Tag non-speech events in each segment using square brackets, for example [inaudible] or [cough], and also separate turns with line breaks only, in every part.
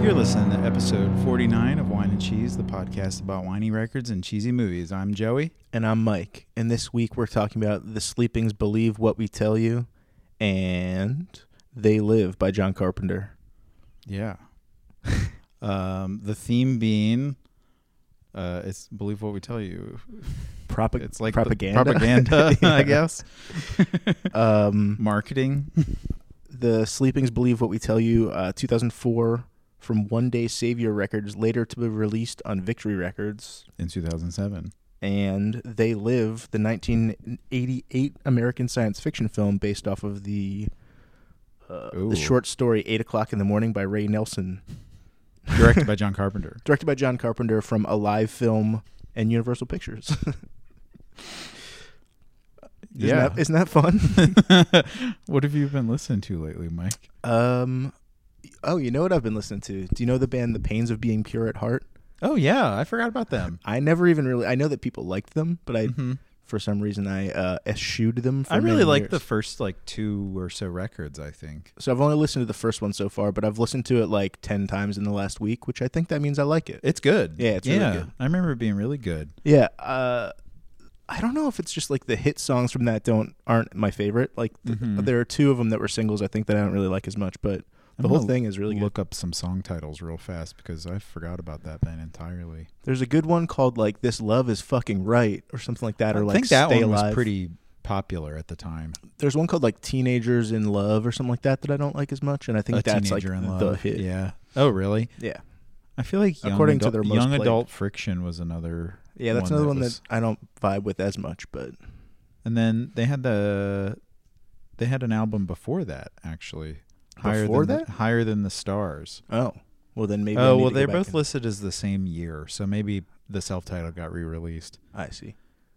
You're listening to episode 49 of Wine and Cheese, the podcast about whiny records and cheesy movies. I'm Joey.
And I'm Mike. And this week we're talking about The Sleepings Believe What We Tell You and They Live by John Carpenter.
Yeah. [laughs] um, the theme being, uh, it's believe what we tell you.
Propag-
It's like the [laughs]
propaganda. [laughs]
propaganda,
Yeah.
I guess. [laughs]
Um,
Marketing.
the Sleepings Believe What We Tell You, uh, 2004, from One Day Savior Records, later to be released on Victory Records.
In 2007.
And They Live, the 1988 American science fiction film based off of the. Uh,
Ooh.
the short story "Eight O'clock in the Morning" by Ray Nelson.
Directed by John Carpenter.
directed by John Carpenter from Alive Film and Universal Pictures. [laughs] isn't
[laughs] yeah.
that, isn't that fun?
[laughs] what have you been listening to lately, Mike?
um, oh, you know what I've been listening to? Do you know the band The Pains of Being Pure at Heart?
Oh, yeah. I forgot about them.
I never even really. I know that people liked them, but I,
Mhm.
for some reason, I uh, eschewed them. For
I really
many
like
years.
the first like two or so records, I think.
So I've only listened to the first one so far, but I've listened to it like ten times in the last week, which I think that means I like it.
It's good.
Yeah, it's really good.
I remember it being really good.
Yeah. Uh, I don't know if it's just like the hit songs from that don't aren't my favorite. Like th-
Mhm.
there are two of them that were singles I think that I don't really like as much, but the
I'm
whole
gonna
thing is really good.
Look up some song titles real fast because I forgot about that band entirely.
There's a good one called like "This Love Is Fucking Right" or something like that, or
I
like
think that
"Stay
one
Alive."
was pretty popular at the time.
There's one called like "Teenagers in Love" or something like that that I don't like as much, and I think
a
that's like
teenager in love.
the hit.
Yeah. Oh, really?
yeah,
I feel like young
According to
adult,
their most
young
played.
adult friction was another.
Yeah, that's another one
was-
that I don't vibe with as much, but
And then they had the, they had an album before that actually.
Before
than
that?
the, higher than the stars.
oh, well then maybe. I
oh
need
well,
to go
they're
back
both
and-
listed as the same year, so maybe the self-titled got re-released.
I see.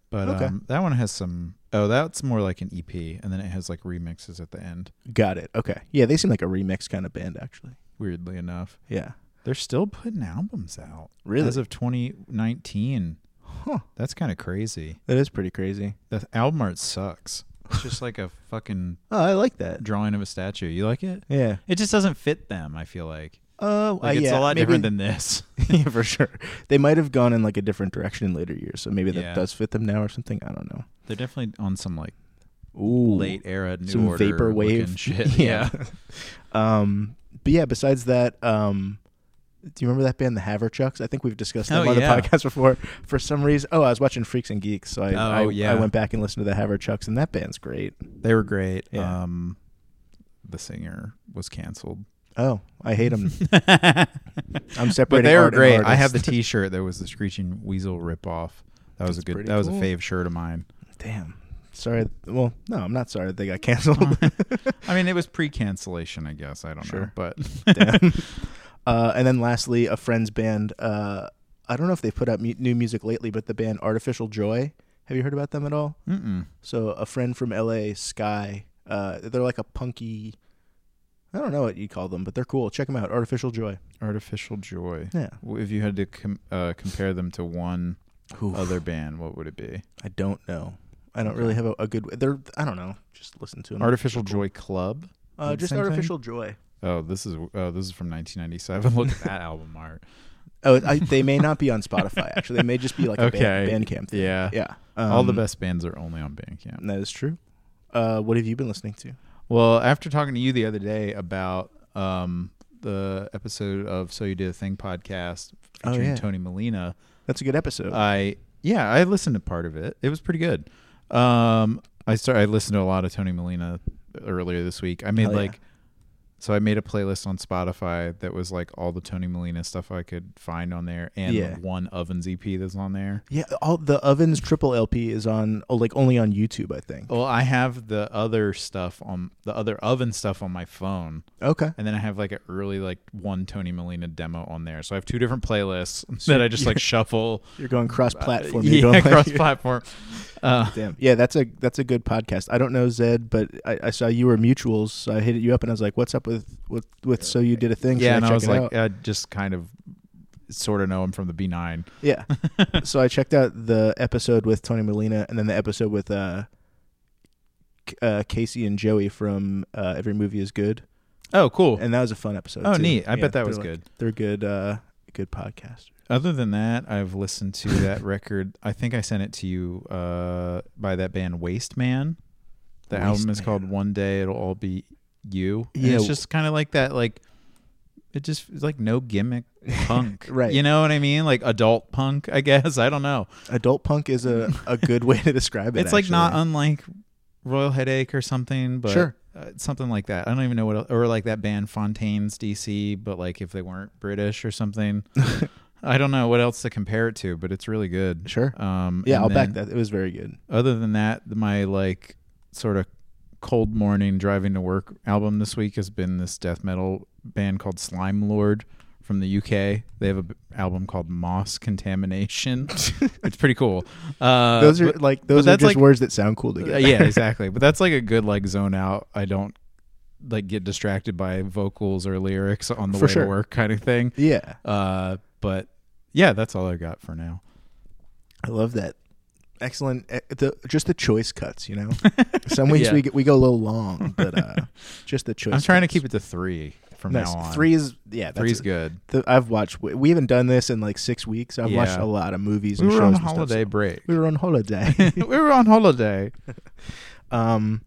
But
Okay.
um, that one has some. Oh, that's more like an EP, and then it has like remixes at the end.
Got it. Okay. Yeah, they seem like a remix kind of band actually.
Weirdly enough,
Yeah.
they're still putting albums out
Really?
as of 2019.
Huh.
That's kind of crazy.
That is pretty crazy.
The album art sucks. It's just like a fucking
Oh, I like that.
drawing of a statue. You like it?
Yeah.
It just doesn't fit them. I feel like,
Oh,
like
uh,
it's a
yeah.
lot
maybe-
different than this. [laughs]
[laughs] yeah, for sure. They might have gone in like a different direction in later years, so maybe that
Yeah.
does fit them now or something. I don't know.
They're definitely on some like
Ooh,
late era new
some
order looking
vaporwave
shit.
[laughs] Yeah. um, but yeah. Besides that, um, do you remember that band, the Haverchucks? I think we've discussed them
Oh,
on
yeah.
the podcast before. For some reason, oh, I was watching Freaks and Geeks, so I, I,
Oh, yeah.
I went back and listened to the Haverchucks, and that band's great.
they were great.
Yeah.
Um, the singer was
[laughs]
canceled. [laughs]
Oh, I hate them. I'm separating.
but they were
art and
great. I
artist.
have the
[laughs]
T-shirt that was the Screeching Weasel ripoff. That was a good.
pretty
That was a
cool.
fave shirt of mine.
[laughs] Damn. Sorry. Well, no, I'm not sorry that they
[laughs]
got canceled.
I mean, it was pre-cancellation, I guess. I don't know,
Sure.
but [laughs]
Damn. [laughs] uh, and then lastly, a friend's band. Uh, I don't know if they put out mu- new music lately, but the band Artificial Joy. Have you heard about them at all?
Mm-mm.
So a friend from LA, Sky. Uh, they're like a punky. I don't know what you call them, but they're cool. Check them out. Artificial Joy.
artificial joy.
Yeah.
Well, If you had to com- uh, compare them to one
Oof.
other band, what would it be?
I don't know. I don't really have a, a good. They're. I don't know. Just listen to them.
Artificial Joy Club.
uh,
the
just
same thing?
Artificial Joy.
Oh, this is oh, this is from 1997. Look at that [laughs] album art.
Oh, I, they may not be on Spotify. Actually, they may just be like a
Okay.
band, Bandcamp. Thing.
Yeah.
Yeah.
All the
Um,
best bands are only on Bandcamp.
That is true. Uh, what have you been listening to?
Well, after talking to you the other day about um, the episode of So You Did a Thing podcast
Oh,
featuring
yeah.
Tony Molina,
That's a good episode.
I yeah, I listened to part of it. It was pretty good. Um, I started. I listened to a lot of Tony Molina earlier this week. I made
Hell yeah.
like, so I made a playlist on Spotify that was like all the Tony Molina stuff I could find on there, and
Yeah.
one Ovens EP that's on there.
yeah, all the ovens triple LP is on oh, like only on YouTube, I think.
Well, I have the other stuff on the other oven stuff on my phone.
Okay.
and then I have like an early like one Tony Molina demo on there. So I have two different playlists [laughs] that I just
[laughs]
like shuffle. Uh,
You're going cross platform.
yeah, [laughs] cross platform. Uh,
[laughs] Damn. Yeah, that's a that's a good podcast. I don't know Zed, but I, I saw you were mutuals, so I hit you up and I was like, "What's up with with, with so you did a thing?" Should
yeah, and I
check
was
it
like,
out?
I just kind of sort of know him from the B9. [laughs]
"Yeah." so I checked out the episode with Tony Molina, and then the episode with uh, K- uh Casey and Joey from uh, Every Movie Is Good.
Oh, cool.
and that was a fun episode.
Oh,
too.
neat. I
Yeah,
bet that was
they're like-
good.
They're good, uh, good podcasters.
Other than that, I've listened to that record. I think I sent it to you uh, by that band Waste Man. The album is
Wasteman.
called One Day It'll All Be You. And
Yeah.
It's just kind of like that, like, it just is like no gimmick punk.
[laughs] Right.
You know what I mean? Like adult punk, I guess. I don't know.
Adult punk
[laughs]
is a, a good way to describe it.
it's like not
actually.
unlike Royal Headache or something, but
Sure.
uh, something like that. I don't even know what else. Or like that band Fontaine's DC, but like if they weren't British or
[laughs]
something. I don't know what else to compare it to, but it's really good.
sure.
Um,
Yeah,
and
I'll
then
back that. It was very good.
Other than that, my like sort of cold morning driving to work album this week has been this death metal band called Slime Lord from the UK. They have an album called Moss
[laughs]
Contamination. it's pretty cool. Uh,
Those are
but-
like those are
that's
just
like-
words that sound cool
uh, [laughs]
together.
yeah, exactly. But that's like a good like zone out. I don't like get distracted by vocals or lyrics on the
For
way
sure.
to work kind of thing.
[laughs] yeah,
Uh, but yeah, that's all I got for now.
I love that. Excellent. eh, The, just the choice cuts,
[laughs]
you know. Some weeks
Yeah.
we get, we go a
[laughs]
little long, but uh, just the choice.
I'm trying to
cuts.
keep it to three from
nice.
now on.
Three is yeah. That's
three's
it.
good.
The, I've watched. We, we haven't done this in like six weeks. I've watched
Yeah.
a lot of movies.
We
and
were
shows
on
and stuff,
holiday break.
so- we were
[laughs]
on holiday.
we were on holiday.
Um,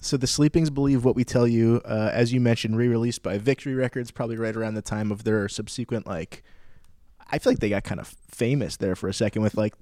so the Sleepings believe what we tell you, uh, as you mentioned, re-released by Victory Records, probably right around the time of their subsequent like. I feel like they got kind of famous there for a second with like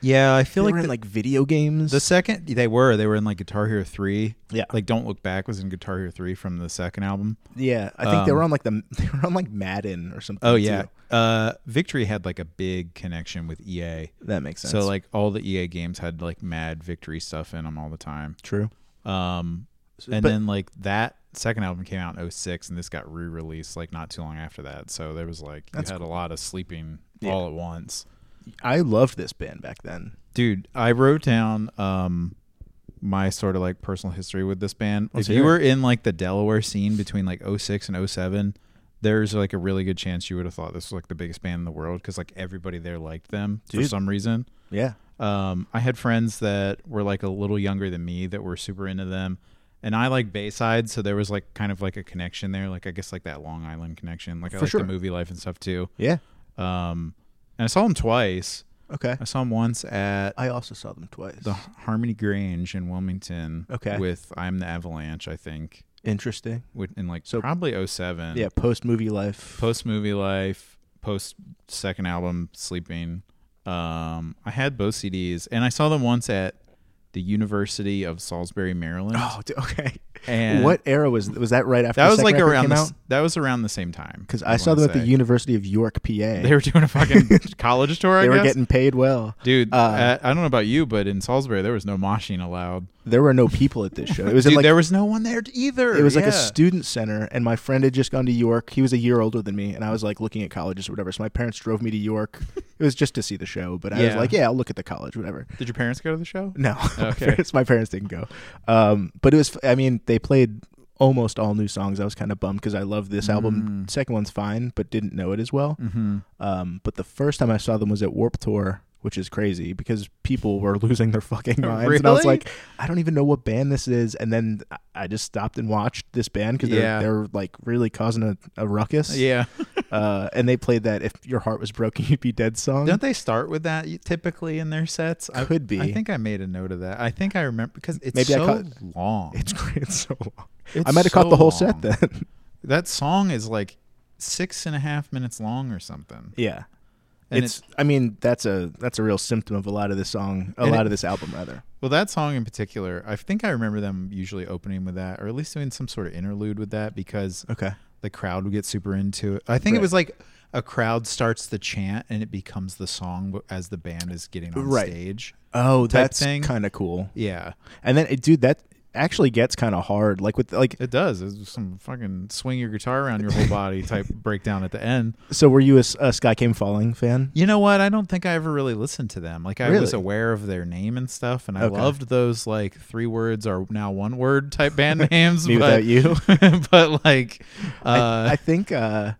Yeah, I feel
they
like
were in
the,
like video games.
the second they were, they were in like Guitar Hero three.
Yeah.
like Don't Look Back was in Guitar Hero three from the second album.
yeah, I think they
um,
were on like the [laughs] they were on like Madden or something.
Oh yeah,
too.
uh, Victory had like a big connection with E EA.
that makes sense.
So like all the EA games had like mad victory stuff in them all the time.
true.
Um
So-
and
but-
then like that second album came out in 06 and this got re-released like not too long after that. So there was like you
That's
had a lot of sleeping
Yeah.
all at once.
I loved this band back then.
Dude, I wrote down um my sort of like personal history with this band.
Let's
if you
hear it.
were in like the Delaware scene between like 06 and 07, there's like a really good chance you would have thought this was like the biggest band in the world because like everybody there liked them for
Dude.
some reason.
Yeah,
Um, I had friends that were like a little younger than me that were super into them, and I like Bayside, so there was like kind of like a connection there. Like I guess like that Long Island connection. Like I
For
like
sure.
the movie Life and stuff too.
yeah.
Um, and I saw them twice.
Okay.
I saw them once at
I also saw them twice.
the Harmony Grange in Wilmington.
Okay.
with I'm the Avalanche, I think,
Interesting.
with in like
So-
probably 07.
Yeah, post movie life.
post movie life, post second album sleeping. Um, I had both CDs, and I saw them once at the University of Salisbury, Maryland.
[gasps] oh, d- okay.
and
what era was was that? Right after
That
the
was
second
like
record
around
came
the,
out?
s- that was around the same time.
Because I saw them
wanna
at the
say.
University of York, PA.
They were doing a
[laughs]
fucking college tour. I
They were
guess.
getting paid well.
Dude,
uh,
at- I don't know about you, but in Salisbury there was no moshing allowed.
There were no people at this show. It was in,
Dude,
like
there was no one there either.
it was like
Yeah.
a student center, and my friend had just gone to York. He was a year older than me, and I was like looking at colleges or whatever. So my parents drove me to
[laughs]
York. it was just to see the show, but I was
Yeah.
like, yeah, I'll look at the college, whatever.
Did your parents go to the show?
No, [laughs] my,
Okay.
parents, my parents didn't go. Um, but it was. I mean, they played almost all new songs. I was kind of bummed because I love this album.
Mm.
Second one's fine, but didn't know it as well.
Mm-hmm.
Um, but the first time I saw them was at Warp Tour, which is crazy because people were [laughs] losing their fucking minds. And I was
Really?
like, I don't even know what band this is. And then I- I just stopped and watched this band because
Yeah.
they're, they're like really causing a, a ruckus.
Yeah.
Uh, and they played that If Your Heart Was Broken, You'd Be Dead song.
Don't they start with that y- typically in their sets? I,
Could be.
I think I made a note of that. I think I remember because it's
Maybe I
so
caught-
long.
It's great. [laughs] It's so long.
It's
I might have
so
caught the whole
long.
set then. [laughs]
That song is like six and a half minutes long or something.
yeah.
And
it's, I mean that's a that's a real symptom of a lot of this song a
And
lot
it-
of this album rather
Well, that song in particular, I think I remember them usually opening with that, or at least doing some sort of interlude with that because
okay
the crowd would get super into it. I think
Right.
it was like a crowd starts the chant and it becomes the song w- as the band is getting on
Right.
stage.
oh
Type
that's
thing.
kind of cool
Yeah,
and then dude that actually gets kind of hard like with like
it does. It's some fucking swing your guitar around your whole body
[laughs]
type breakdown at the end.
So were you a, a Sky Came Falling fan?
You know what? I don't think I ever really listened to them. Like I was
Really?
aware of their name and stuff, and I
Okay.
loved those like three words are now one word
[laughs]
type band names.
Me
[laughs] but,
without you.
but like, uh,
I think uh,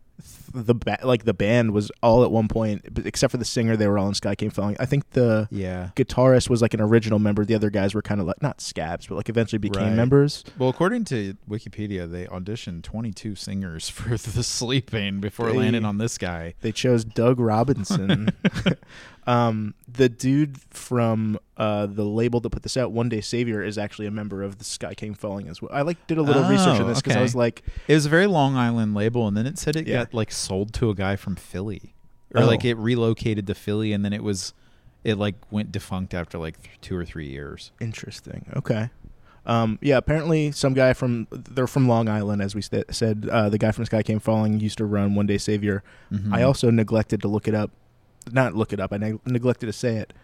th- the ba- like the band was all at one point, but except for the singer, they were all in Sky Came Falling. I think the
Yeah.
guitarist was like an original member. The other guys were kind of like not scabs, but like eventually became
Right.
members.
Well, according to Wikipedia, they auditioned 22 singers [laughs] for The Sleeping before
They-
landing on this guy.
They chose
[laughs]
Doug Robinson, [laughs] um, the dude from uh, the label that put this out, One Day Savior, is actually a member of the Sky Came Falling as well. I like did a little research on
Oh,
this because I
okay.
was like,
It was a very Long Island label, and then it said it
Yeah.
got like sold to a guy from Philly, or
Oh.
like it relocated to Philly, and then it was, it like went defunct after like th- two or three years.
Interesting. Okay. Um, yeah, apparently some guy from they're from Long Island, as we sta- said. Uh, the guy from Sky Came Falling used to run One Day Savior.
Mm-hmm.
I
Hmm.
also neglected to look it up, not look it up. I neg- neglected to say it.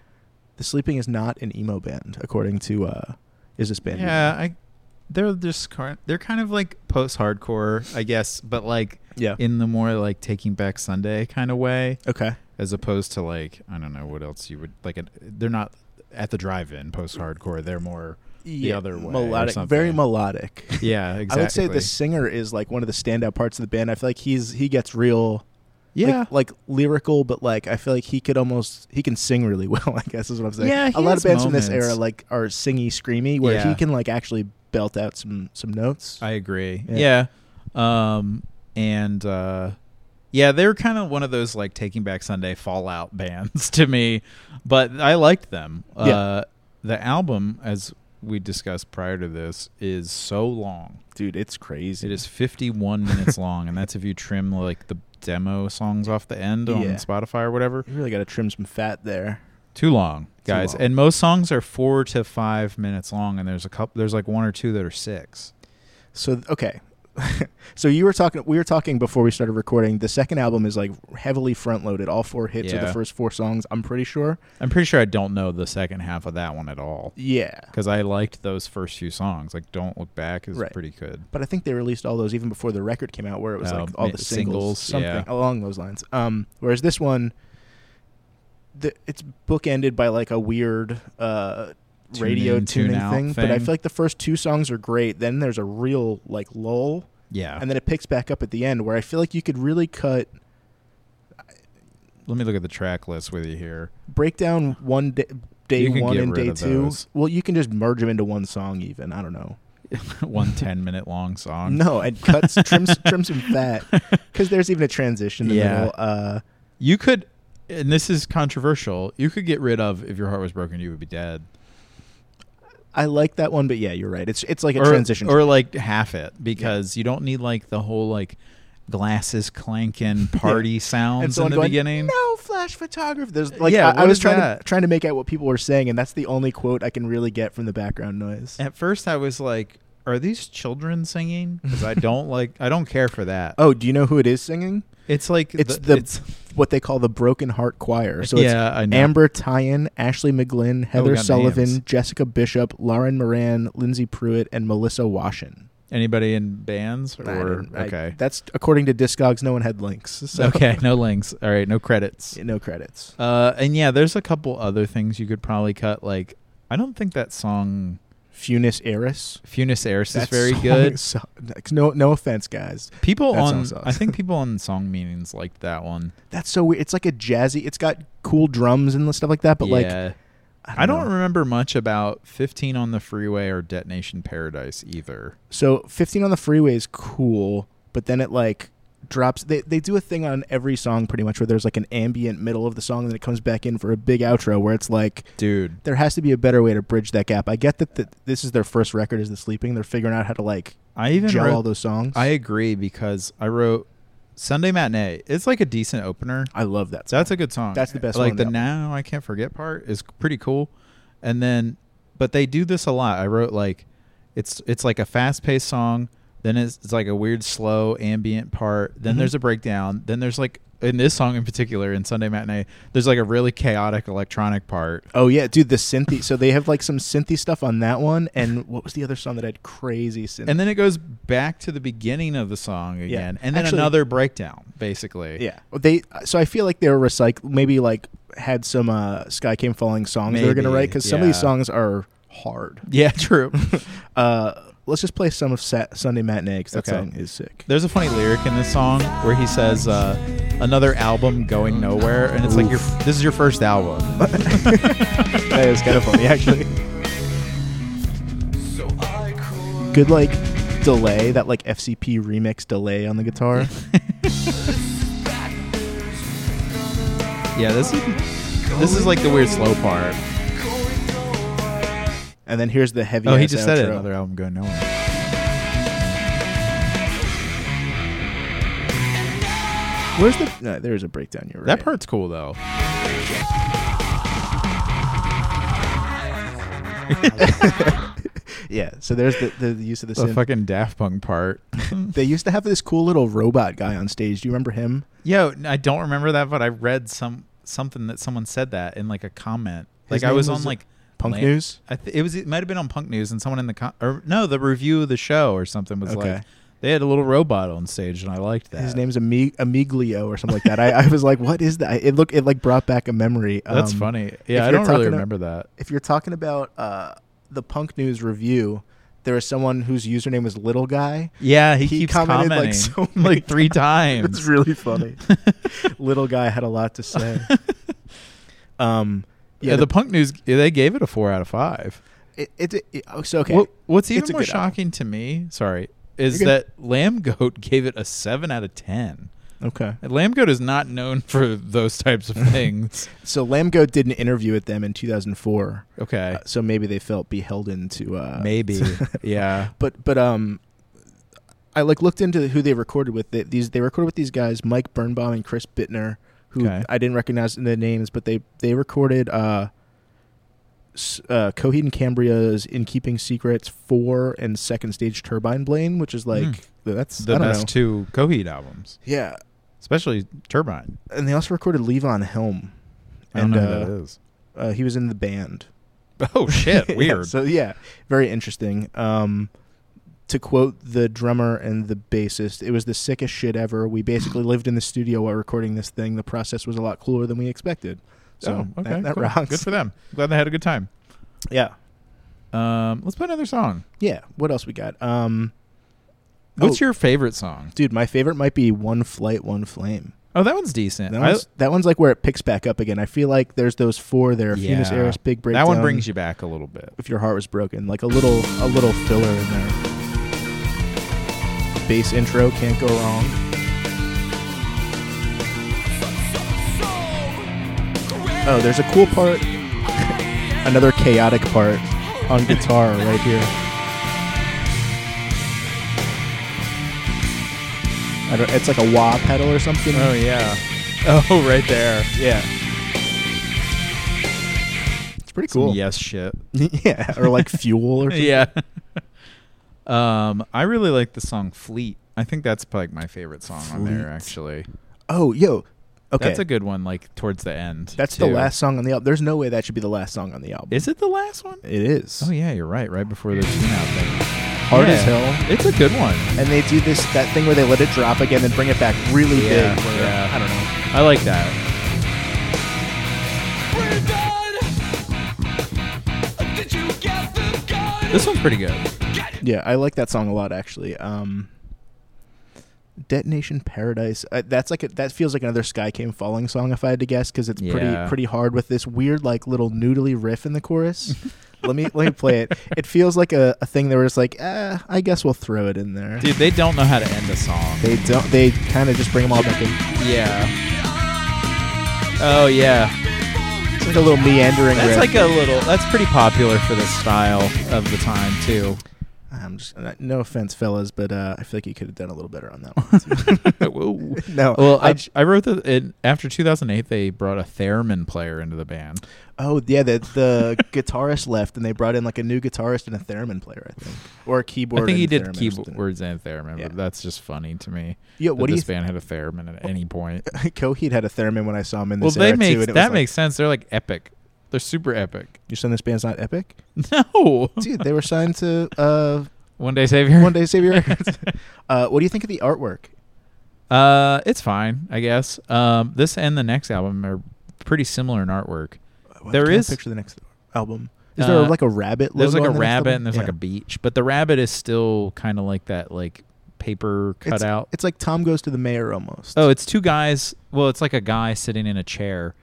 The Sleeping is not an emo band, according to uh, is this band?
Yeah, I, they're just car- they're kind of like post-hardcore, I guess, but like
Yeah.
in the more like Taking Back Sunday kind of way,
Okay.
as opposed to like I don't know what else you would like. An, they're not at the drive-in post-hardcore. They're more the other way, or
melodic,
something.
very melodic.
yeah, exactly.
[laughs] I would say the singer is like one of the standout parts of the band. I feel like he's he gets real
yeah.
like, like lyrical, but like I feel like he could almost he can sing really [laughs] well. I guess is what I'm saying.
Yeah, he
a lot
has
of bands from this
moments.
era like are singy, screamy, where he
Yeah.
can like actually belt out some some notes.
I agree.
Yeah.
Yeah. Um and uh yeah, they were kind of one of those like Taking Back Sunday fallout [laughs] bands to me, but I liked them.
Yeah.
Uh the album as we discussed prior to this is so long.
Dude, it's crazy.
It is 51
[laughs]
minutes long and that's if you trim like the demo songs off the end on
Yeah.
Spotify or whatever.
You really got to trim some fat there.
Too long, guys.
long.
And most songs are 4 to 5 minutes long and there's a couple there's like one or two that are 6.
So th- okay, [laughs] so you were talking. We were talking before we started recording. The second album is like heavily front loaded. All four hits are the
Yeah.
first four songs. I'm pretty sure.
I'm pretty sure I don't know the second half of that one at all.
Yeah.
because I liked those first few songs. Like "Don't Look Back" is
Right.
pretty good.
but I think they released all those even before the record came out, where it was like
Oh,
all
ma-
the
singles,
singles, something
yeah.
along those lines. Um, whereas this one, the, it's bookended by like a weird uh,
Tune
radio
in, tune
tuning
out
thing, But I
thing.
feel like the first two songs are great. Then there's a real like lull,
Yeah.
and then it picks back up at the end, where I feel like you could really cut
Let me look at the track list with you
[laughs]
here.
break down one day. Day
You can
one
get
and
rid
day
of
two.
those.
Well, you can just merge them into one song. Even I don't know.
One 10 minute long song.
No, and cuts trims trims some
[laughs]
fat because there's even a transition in the
Yeah.
middle. Uh,
You could, and this is controversial. You could get rid of "If Your Heart Was Broken, You Would Be Dead,"
I like that one, but yeah, you're right. It's it's like a
or
transition.
or like half it because you don't need like the whole like glasses
[laughs]
clanking party
and
sounds in
someone
the
going,
beginning.
No flash photography. There's like
Yeah,
I, I
what
was
is
trying to
that?
trying to make out what people were saying, and that's the only quote I can really get from the background noise.
[laughs] At first, I was like, "Are these children singing?" Because I don't like, I don't care for that.
Oh, do you know who it is singing?
it's like
It's the [laughs]
it's,
what they call the Broken Heart Choir. So it's
yeah, I know.
Amber Tyen, Ashley McGlynn, Heather
got
Sullivan,
names.
Jessica Bishop, Lauren Moran, Lindsay Pruitt, and Melissa Washin.
Anybody in bands or
I don't- I- [laughs]
okay.
that's according to Discogs. No one had links. So
Okay, no links. All right, no credits.
[laughs] no credits.
Uh and yeah, there's a couple other things you could probably cut like I don't think that song
Funis Eris.
Funis Eris is
That's
very good.
[laughs] no, no offense, guys.
People
That song
on
sucks.
I think people on song meanings liked that one.
That's so weird. It's like a jazzy. It's got cool drums and stuff like that. [laughs] But like,
Yeah.
I don't,
I don't
know.
remember much about 15 on the Freeway or Detonation Paradise either.
So 15 on the freeway is cool, but then it like drops. They they do a thing on every song pretty much where there's like an ambient middle of the song, and then it comes back in for a big outro where it's like
Dude,
there has to be a better way to bridge that gap. I get that the, this is their first record, is the sleeping. They're figuring out how to like
I even
gel
wrote-
all those songs.
I agree because I wrote Sunday Matinee. It's like a decent opener.
I love that.
So that's a good song.
That's the best
Like
one on
the
the
now I can't forget part is pretty cool, and then, but they do this a lot. I wrote like, it's it's like a fast paced song, then it's, it's like a weird slow ambient part, then
Mhm.
there's a breakdown, then there's like in this song in particular in Sunday Matinee, there's like a really chaotic electronic part.
Oh yeah, dude, the synthy. So they have like some synthy stuff on that one, and what was the other song that had crazy synth?
And then it goes back to the beginning of the song again, and then
Actually-
another breakdown, basically.
Yeah, they. So I feel like they were recycled. Maybe like had some uh, Sky Came Falling songs they were gonna
Maybe, [laughs]
write because some of these
yeah.
songs are hard.
yeah, true.
Uh, let's just play some of Sat- Sunday Matinee 'cause that
Okay.
song is sick.
There's a funny lyric in this song where he says, uh, "Another album going nowhere," and it's like your this is your first
[laughs]
album. [laughs]
That is kind of funny, actually. Good like delay, that like FCP remix delay on the guitar.
yeah, this is this is like the weird slow part.
and then here's the heavy.
Oh, he
ass
just said it.
outro.
Another album going nowhere.
Where's the? No, there's a breakdown. You're right.
That part's cool though.
[laughs] Yeah. So there's the, the, the use of the
The
synth.
fucking Daft Punk part. [laughs]
They used to have this cool little robot guy on stage. Do you remember him?
Yo, I don't remember that, but I read some something that someone said that in like a comment.
His
like I
name
was,
was
on like
Punk
Lan-
News.
I th- it was it might have been on Punk News and someone in the com- or no the review of the show or something was
Okay.
like they had a little robot on stage and I liked that.
His name's Ami- Amiglio or something like that. I, I was like, what is that? It look it like brought back a memory.
That's
Um,
funny.
if
Yeah, I
you're
don't really
talking a-
remember that.
If you're talking about uh, the Punk News review, there was someone whose username was Little Guy.
Yeah, he,
He
keeps
commented,
commenting
[laughs] like,
like,
so many
three
It's
times.
really
[laughs]
funny. Little Guy had a lot to say. um,
yeah, the, punk news they gave it a four out of five.
it, it, it- oh, so okay.
What, what's
It's
even
a
more
good album.
shocking to me, sorry, is
You're
that Lamb Goat [laughs] gave it a seven out of ten.
okay.
Lamb Goat is not known [laughs] for those
[laughs]
types of things.
So Lambgoat did an interview with them in 2004.
Okay,
Uh, so maybe they felt beholden to uh, [laughs]
maybe. yeah,
but but um I like looked into who they recorded with. They, these they recorded with these guys, Mike Birnbaum and Chris Bittner, who
Okay.
I didn't recognize in the names, but they they recorded uh, s- uh Coheed and Cambria's "In Keeping Secrets" four and second stage Turbine Blade, which is like
Mm.
that's I
the
don't
best
know.
two Coheed albums,
Yeah,
especially Turbine.
and they also recorded "Levon Helm,"
I don't
and
know
uh,
who that is.
uh, he was in the band.
[laughs] Oh
[laughs] Yeah,
shit, weird.
so yeah, very interesting. Um, to quote the drummer and the bassist, it was the sickest shit ever. We basically lived in the studio while recording this thing. The process was a lot cooler than we expected. So
oh, okay,
that, that
cool.
rocks.
Good for them. Glad they had a good time.
yeah,
Um, let's play another song.
yeah. What else we got? Um,
What's
oh,
your favorite song?
dude? My favorite might be "One Flight, One Flame."
Oh, that one's decent.
That
I-
one's, that one's like where it picks back up again. I feel like there's those four there:
Yeah.
Fumus Eris, Big Breakdown.
that one brings you back a little bit.
if your heart was broken, like a little a little filler in there. Bass intro can't go wrong. Oh, there's a cool part. Another chaotic part
[laughs]
on guitar right here. I don't, it's like a wah pedal or something.
Oh yeah. Oh, right there.
yeah. It's pretty
Some
cool.
yes shit.
[laughs] yeah, or like fuel or something.
yeah. [laughs] um, I really like the song Fleet. I think that's like my favorite song on there
Fleet.
actually.
Oh, yo. Okay.
That's a good one like towards the end.
That's the
too.
last song on the album. There's no way that should be the last song on the album.
Is it the last one?
it is.
Oh yeah, you're right. Right before the tune out thing.
Hard as
Yeah.
hell.
It's a good one.
And they do this that thing where they let it drop again, then bring it back really
Yeah,
big. where-
yeah.
I don't know.
I like that. This one's pretty good.
Yeah, I like that song a lot actually. Um, Detonation Paradise. Uh, that's like a, that feels like another Sky Came Falling song if I had to guess because it's pretty
Yeah.
pretty hard with this weird like little noodly riff in the chorus. [laughs] let me let me play it. It feels like a, a thing that we're just like, eh, I guess we'll throw it in there.
Dude, they don't know how to end a song.
They don't. They kind of just bring them all back in.
Yeah. Oh yeah.
It's like a little meandering.
That's
riff.
like a little. That's pretty popular for this style of the time
[laughs]
too. [laughs]
I'm just uh, no offense, fellas, but uh, I feel like you could have done a little better on that one.
Whoa.
too. [laughs] no,
Well, I,
I-
j- I wrote that in, after 2008 they brought a theremin player into the band.
oh yeah, the the guitarist left, and they brought in like a new guitarist and a theremin player, I think, or a keyboard.
I think he
and
did
theremin or something.
keyboards and theremin,
Yeah.
but that's just funny to me.
Yeah,
that
what do you
this
think?
band had a theremin at any point.
[laughs] Coheed had a theremin when I saw him in
Well,
this
they
era
make
too, and
that
it was like,
makes sense. They're like epic. They're super epic. [laughs]
You're saying this band's not epic,
No,
dude? They were signed to uh,
[laughs] One Day Savior.
One Day
[laughs]
Savior Records. uh, what do you think of the artwork?
Uh, it's fine, I guess. Um, this and the next album are pretty similar in artwork.
Well, I
There
can't
is-
picture the next album. Is there
Uh,
like a rabbit?
There's
logo
like a
on the next
rabbit
album?
and there's like
Yeah.
a beach, but the rabbit is still kind of like that like paper cutout.
It's like Tom goes to the mayor almost.
oh, it's two guys. Well, it's like a guy sitting in a chair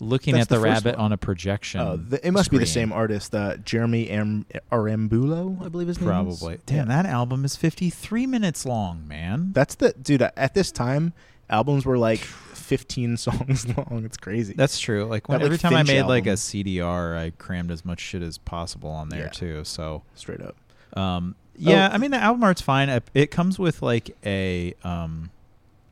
looking
That's
at the,
the first
rabbit
one.
on a projection.
Oh, the, it must be the
screen.
same artist, uh, Jeremy Am- Arambulo, I believe his name is.
Probably. Damn,
Yeah.
that album is 53 minutes long, man.
That's the dude. uh, At this time, albums were like 15 [laughs] songs long. It's crazy.
That's true. Like,
That,
when,
like,
every time I
Finch
made like a
album.
CDR, I crammed as much shit as possible on there
Yeah.
too. So,
straight up.
um, yeah,
Oh.
I mean the album art's fine. I- It comes with like a um,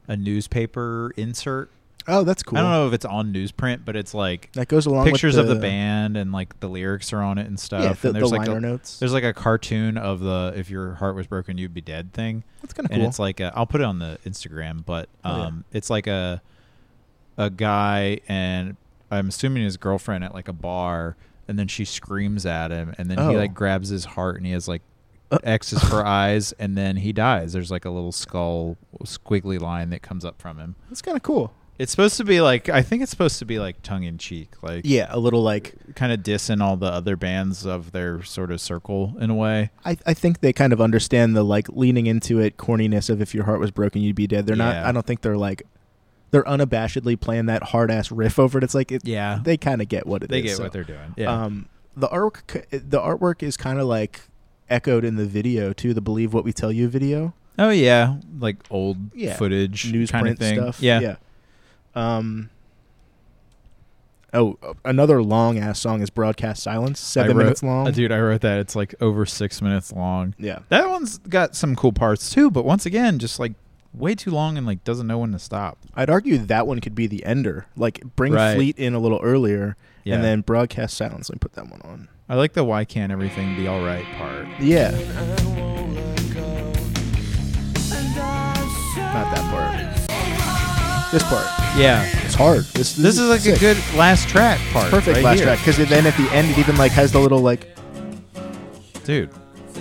a newspaper insert.
Oh, that's cool.
I don't know if it's on newsprint, but it's like
That goes along
pictures
with
of the band and like the lyrics are on it and stuff.
Yeah, the,
and
the
there's like
liner
a,
notes.
there's like a cartoon of the if your heart was broken you'd be dead thing.
That's kind of
and
cool.
it's like a, I'll put it on the Instagram, but
Oh, yeah.
um, it's like a a guy and I'm assuming his girlfriend at like a bar, and then she screams at him, and then he
Oh.
like grabs his heart, and he has like
Uh.
X's
[laughs]
for eyes, and then he dies. There's like a little skull squiggly line that comes up from him.
that's kind of cool.
It's supposed to be like I think it's supposed to be like tongue in cheek, like
Yeah, a little like
kind of dissing all the other bands of their sort of circle in a way.
I, I think they kind of understand the like leaning into it corniness of if your heart was broken you'd be dead. They're not.
Yeah.
I don't think they're like they're unabashedly playing that hard ass riff over it. It's like it,
Yeah, they,
they kind of get what it is.
get
so.
what they're doing. Yeah,
Um, the artwork the artwork is kind of like echoed in the video too. The "Believe What We Tell You" video,
Oh yeah, like old
Yeah.
footage, kind of
newsprint
thing.
stuff.
Yeah.
yeah. Um. Oh, another long ass song is "Broadcast Silence,"
I
seven
wrote-
minutes long.
uh, dude, I wrote that. It's like over six minutes long.
Yeah,
That one's got some cool parts too, but once again, just like way too long and like doesn't know when to stop.
I'd argue that one could be the ender. Like bring
Right.
Fleet in a little earlier,
Yeah.
and then "Broadcast Silence." Let me put that one on.
I like the why can't everything be all right
[laughs]
part.
Yeah,
Not
not that part. This part,
Yeah,
it's hard. This this,
this is like
sick.
a good last track part.
perfect
right
last
here.
track because then at the end it even like has the little like
dude.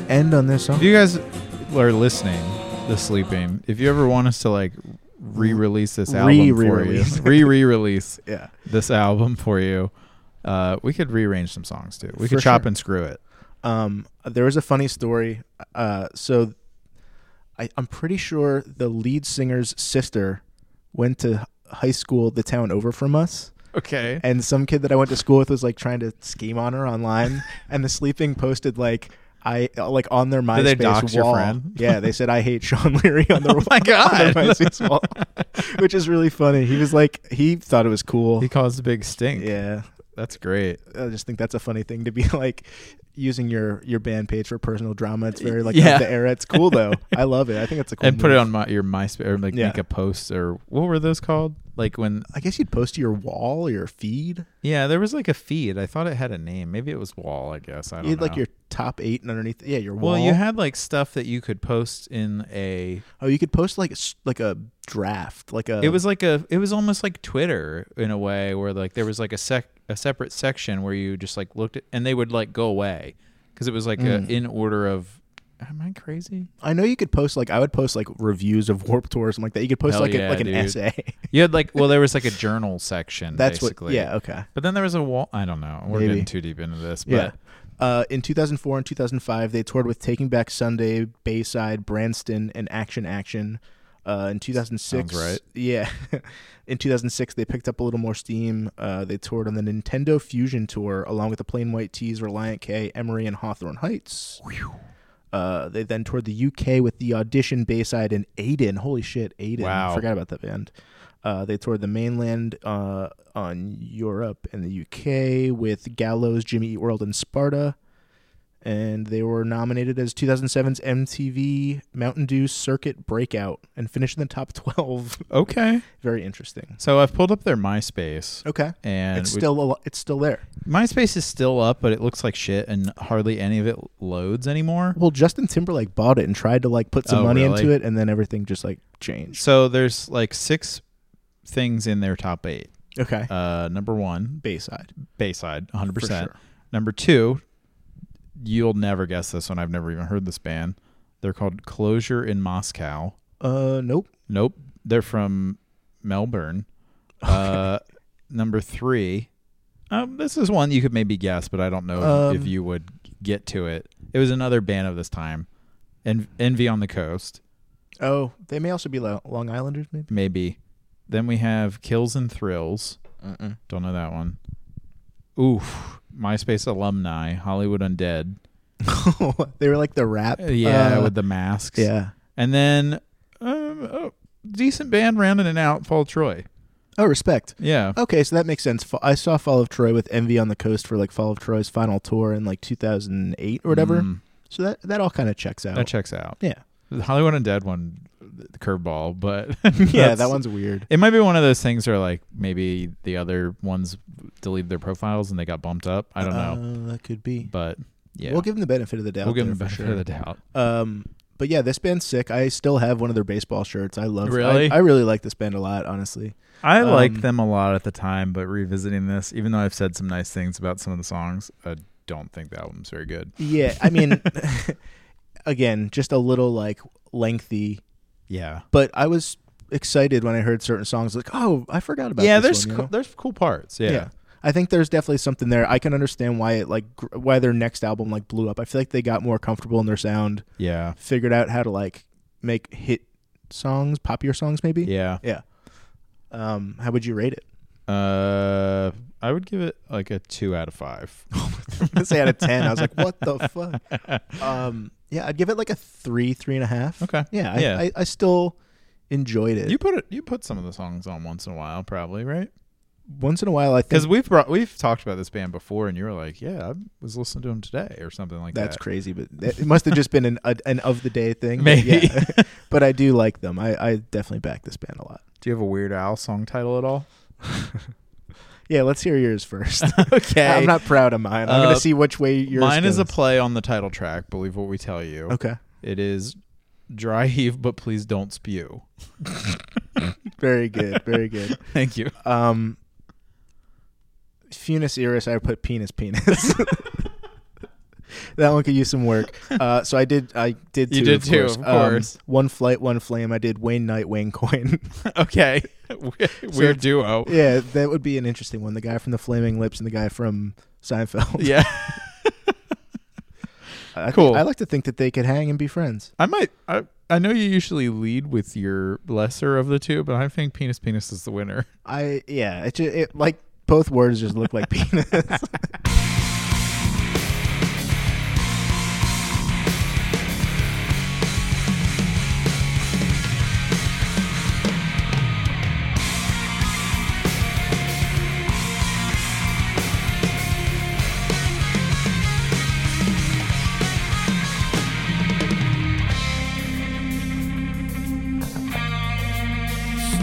end on this song.
If you guys are listening, the sleeping. If you ever want us to like re-release this album
Re-re-release.
for you, [laughs] re-re-release
Yeah.
this album for you. Uh, we could rearrange some songs too. We
For
could chop
sure.
and screw it.
Um, there was a funny story. Uh, so I, I'm pretty sure the lead singer's sister went to high school the town over from us.
Okay.
And some kid that I went to school with was like trying to scheme on her online. [laughs] and the sleeping posted like, I like on their MySpace
Did they dox your
wall.
friend?
Yeah, they said I hate Sean Leary [laughs] on their,
Oh my
on their
God.
MySpace wall, [laughs] which is really funny. He was like, he thought it was cool.
He caused a big stink.
yeah,
That's great.
I just think that's a funny thing to be [laughs] like using your your band page for personal drama. It's very like
Yeah.
of the era. It's cool
[laughs]
though. I love it. I think it's a cool.
and put it
move.
on my, your MySpace or like
Yeah.
make a post or what were those called? Like when
I guess you'd post to your wall or your feed.
yeah, there was like a feed. I thought it had a name. Maybe it was wall. I guess I don't
You had
know.
like your top eight and underneath. Yeah, your wall.
well, you had like stuff that you could post in a.
oh, you could post like a s- like a draft, like a.
It was like a. It was almost like Twitter in a way where like there was like a sec a separate section where you just like looked at and they would like go away because it was like
Mm.
a, in order of. Am I crazy?
I know you could post like I would post like reviews of Warp Tour or something like that. You could post
Hell
like a,
yeah,
like an
dude.
essay. [laughs]
You had like well, there was like a journal section.
that's
basically.
what. Yeah. Okay.
But then there was a wall. I don't know. We're
Maybe.
getting too deep into this. But
Yeah. Uh, in 2004 and 2005, they toured with Taking Back Sunday, Bayside, Branston, and Action Action. Uh, in 2006,
Sounds right.
[laughs] yeah. in 2006, they picked up a little more steam. Uh, they toured on the Nintendo Fusion Tour along with the Plain White Tees, Reliant K, Emery, and Hawthorne Heights. Uh, they then toured the UK with the Audition, Bayside, and Aiden. Holy shit, Aiden!
Wow.
Forgot about that band. Uh, they toured the mainland uh, on Europe and the UK with Gallows, Jimmy Eat World, and Sparta. And they were nominated as 2007's MTV Mountain Dew Circuit Breakout and finished in the top [laughs] 12.
okay.
Very interesting.
So I've pulled up their MySpace,
Okay,
and
it's
we-
still a lo- it's still there.
MySpace is still up, but it looks like shit, and hardly any of it loads anymore.
Well, Justin Timberlake bought it and tried to like put some
Oh,
money
really?
into it, and then everything just like changed.
So there's like six things in their top eight.
Okay,
Uh, number one,
Bayside,
Bayside, 100.
for
percent
sure.
Number two, you'll never guess this one. I've never even heard this band. They're called Closure in Moscow.
Uh, nope.
Nope,
[laughs]
they're from Melbourne. Uh, number three, Um, this is one you could maybe guess, but I don't know if- if
Um,
you would get to it. It was another band of this time, En- Envy on the Coast,
Oh, they may also be Lo- Long Islanders,
[laughs]
maybe. [laughs]
maybe. Then we have Kills and Thrills.
Uh-uh.
Don't know that one. Oof. MySpace alumni, Hollywood Undead.
they were like the rap.
Uh, yeah,
uh,
with the masks.
yeah.
And then um, oh, decent band rounding it out, Fall Troy.
Oh, respect.
Yeah.
Okay, so that makes sense. Fa- I saw Fall of Troy with Envy on the Coast for like Fall of Troy's final tour in like 2008 or whatever.
Mm,
So that that all kind of checks out.
that
[laughs]
checks out.
yeah.
The Hollywood Undead one, the curveball, but [laughs]
Yeah, that
that's-
one's weird.
It might be one of those things where like maybe the other ones deleted their profiles and they got bumped up. I don't know,
Uh, that could be.
but yeah,
We'll give them the benefit of the doubt.
We'll give
there
them the [laughs]
for
benefit
sure.
of the doubt.
Um, but yeah, this band's sick. I still have one of their baseball shirts. I love.
Really?
I, I really like this band a lot. Honestly,
I
Um,
liked them a lot at the time, but revisiting this, even though I've said some nice things about some of the songs, I don't think the album's very good.
yeah. I mean, [laughs] again, just a little like lengthy,
Yeah,
but I was excited when I heard certain songs. Like, oh, I forgot about.
yeah.
this
There's
one, you
cool,
know?
there's cool parts. Yeah.
Yeah. I think there's definitely something there. I can understand why it like gr- why their next album like blew up. I feel like they got more comfortable in their sound,
yeah,
figured out how to like make hit songs, popular songs maybe.
yeah,
Um how would you rate it? [laughs]
Uh, I would give it like a two out of five.
I say out of 10. I was like, "What the
[laughs]
fuck?" Um yeah, I'd give it like a 3, three and a half.
Okay.
Yeah, I,
Yeah.
I, I still enjoyed it.
You put it. You put some of the songs on once in a while, probably right?
Once in a while I
Because
think
we've brought we've talked about this band before, and you were like, "Yeah, I was listening to them today" or something like
that's
that.
crazy, but that- it must have just been an a, an of the day thing. but
Maybe. [laughs]
yeah. [laughs] but I do like them. I, I definitely back this band a lot.
Do you have a Weird Al song title at all?
Yeah, let's hear yours first.
[laughs]
[laughs]
okay,
I'm not proud of mine. I'm
Uh,
gonna see which way yours.
Mine is a
goes.
play on the title track. Believe what we tell you.
okay,
It is dry heave, but please don't spew.
very good, very
[laughs]
good.
Thank you.
Um, Funis iris, I put penis penis. [laughs] that one could use some work. Uh, so I did, I did. Two,
You did
of
two,
course.
of
Um,
course.
one flight, one flame. I did Wayne Knight, Wayne Coin.
okay, [laughs] weird [laughs] duo.
yeah, that would be an interesting one. The guy from the Flaming Lips and the guy from Seinfeld.
Yeah,
[laughs] I think-
cool.
I like to think that they could hang and be friends.
I might. I I know you usually lead with your lesser of the two, but I think penis penis is the winner. [laughs]
I yeah, it, ju- it like both words just look like [laughs] penis.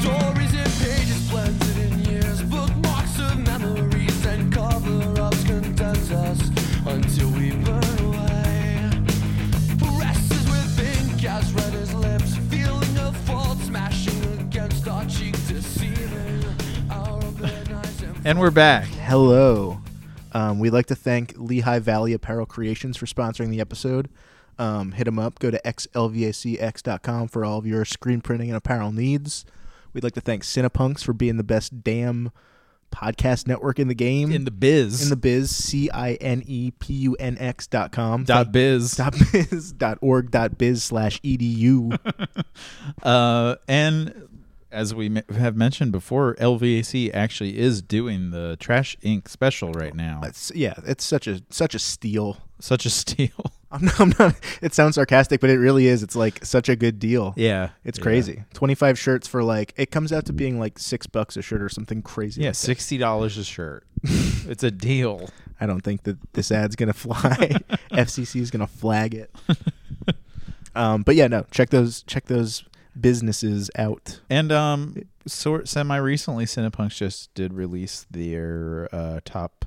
Stories and pages planted in years, bookmarks of memories and cover-ups condense us until we burn away. Presses with ink as red as lips, feeling of fault smashing against our cheek, deceiving our open eyes and
And we're back.
Hello. Um, we'd like to thank Lehigh Valley Apparel Creations for sponsoring the episode. Um, hit them up. Go to xlvacx.com for all of your screen printing and apparel needs. We'd like to thank Cinepunks for being the best damn podcast network in the game.
the biz.
in the biz, C I N E P U N X dot com.
dot biz.
Dot biz dot org dot biz slash
[laughs]
E edu.
Uh, and as we m- have mentioned before, LVAC actually is doing the Trash Inc. special right now.
It's- yeah, it's such a such a steal.
[laughs] Such a
[laughs]
steal.
I'm not, I'm not. It sounds sarcastic, but it really is. It's like such a good deal.
Yeah,
It's crazy. Twenty five shirts for like it comes out to being like six bucks a shirt or something crazy.
Yeah,
like that.
sixty dollars a
[laughs]
shirt. it's a deal.
I don't think that this ad's
[laughs]
gonna fly. FCC is gonna flag it. um, but yeah, no. Check those. Check those businesses out.
And um, sort semi recently, Cinepunks just did release their uh, top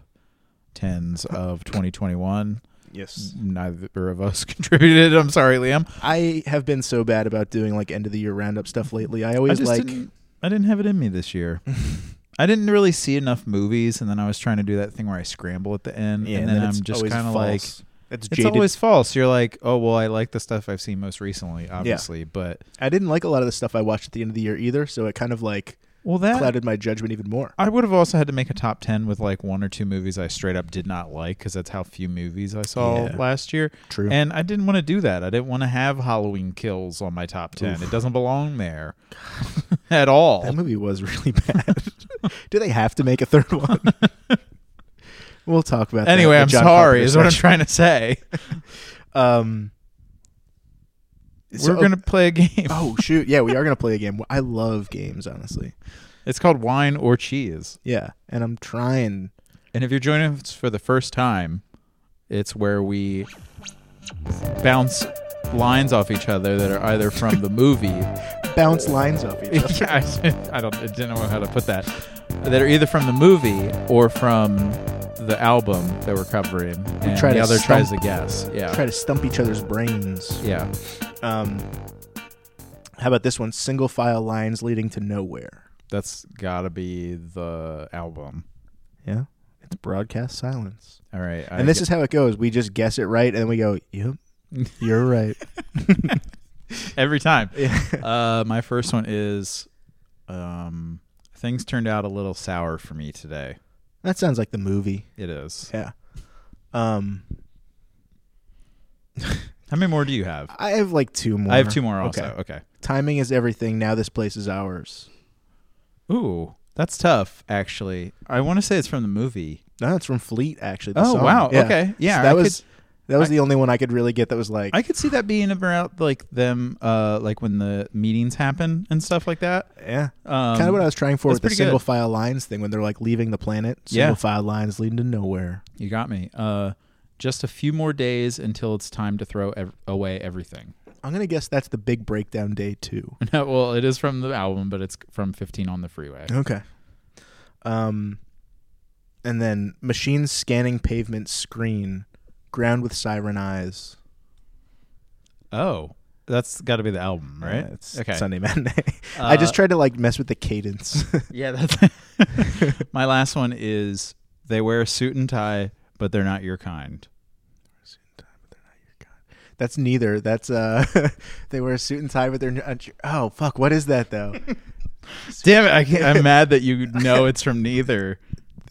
tens of 2021.
Yes.
Neither of us [laughs] contributed. I'm sorry, Liam.
I have been so bad about doing like end of the year roundup stuff lately. I
I
always
just
like.
didn't, I didn't have it in me this
[laughs]
year. I didn't really see enough movies, and then I was trying to do that thing where I scramble at the end,
Yeah,
and then,
it's
I'm just
always
kind of
false.
like,
it's,
it's
jaded.
always false. You're like, oh well, I like the stuff I've seen most recently, obviously, but
I didn't like a lot of the stuff I watched at the end of the year either. So it kind of like
Well, that
clouded my judgment even more.
I would have also had to make a top 10 with like one or two movies I straight up did not like because that's how few movies I saw
Yeah.
last year.
True.
And I didn't want to do that. I didn't want to have Halloween Kills on my top 10. It doesn't belong there [laughs] at all.
That movie was really [laughs] bad. Do they have to make a third one? we'll talk about that.
anyway,
in
I'm
John
sorry,
Carpenter's
is what I'm
section.
trying to [laughs] say.
Um, so-
We're going to play a game.
Oh shoot! Yeah, we are gonna play a game. I love games, honestly.
[laughs] It's called Wine or Cheese.
Yeah, and I'm trying.
And if you're joining us for the first time, it's where we bounce lines off each other that are either from the movie
Bounce lines off each other.
[laughs] yeah, I, [laughs] I don't I didn't know how to put that. That are either from the movie or from the album that we're covering, and
try
the
to
other
stump-
tries to guess. Yeah,
Try to stump each other's brains.
yeah.
Um, how about this one? Single file lines leading to nowhere.
That's gotta be the album.
Yeah, it's broadcast silence.
All right,
And this is how it goes. We just guess it right, and then we go,
[laughs]
"Yep, you're right."
is every time. [laughs] uh, my first one is, um, things turned out a little sour for me today.
that sounds like the movie.
It is.
Yeah. Um,
How many more do you have?
I have like two more.
I have two more also.
Okay.
okay.
Timing is everything. Now this place is ours.
Ooh, that's tough. Actually, I want to say it's from the movie.
No, it's from Fleet actually. the
Oh,
song.
wow. Okay. Yeah,
that
I
was that was the only one I could really get that was like
I could see that being about like them, uh, like when the meetings happen and stuff like that.
yeah.
Um,
kind of what I was trying for
that's
with the
pretty
single
good.
file lines thing when they're like leaving the planet.
Yeah.
Single file lines leading to nowhere.
You got me. Uh, just a few more days until it's time to throw ev- away everything. [laughs]
I'm gonna guess that's the big breakdown day too.
No, well, it is from the album, but it's from 15 on the freeway.
Okay. Um, and then machines scanning pavement screen, ground with siren eyes.
Oh, that's got to be the album, right?
Yeah, it's
okay.
[laughs] Sunday matinee. I just
Uh,
tried to like mess with the cadence. [laughs]
Yeah, that's my last one. Is they wear a suit and tie, but they're not your kind.
That's neither. That's uh, [laughs] they wear a suit and tie, but they're not. Oh fuck, what is
[laughs]
that though?
Damn it! I can't, I'm mad that you know it's from neither.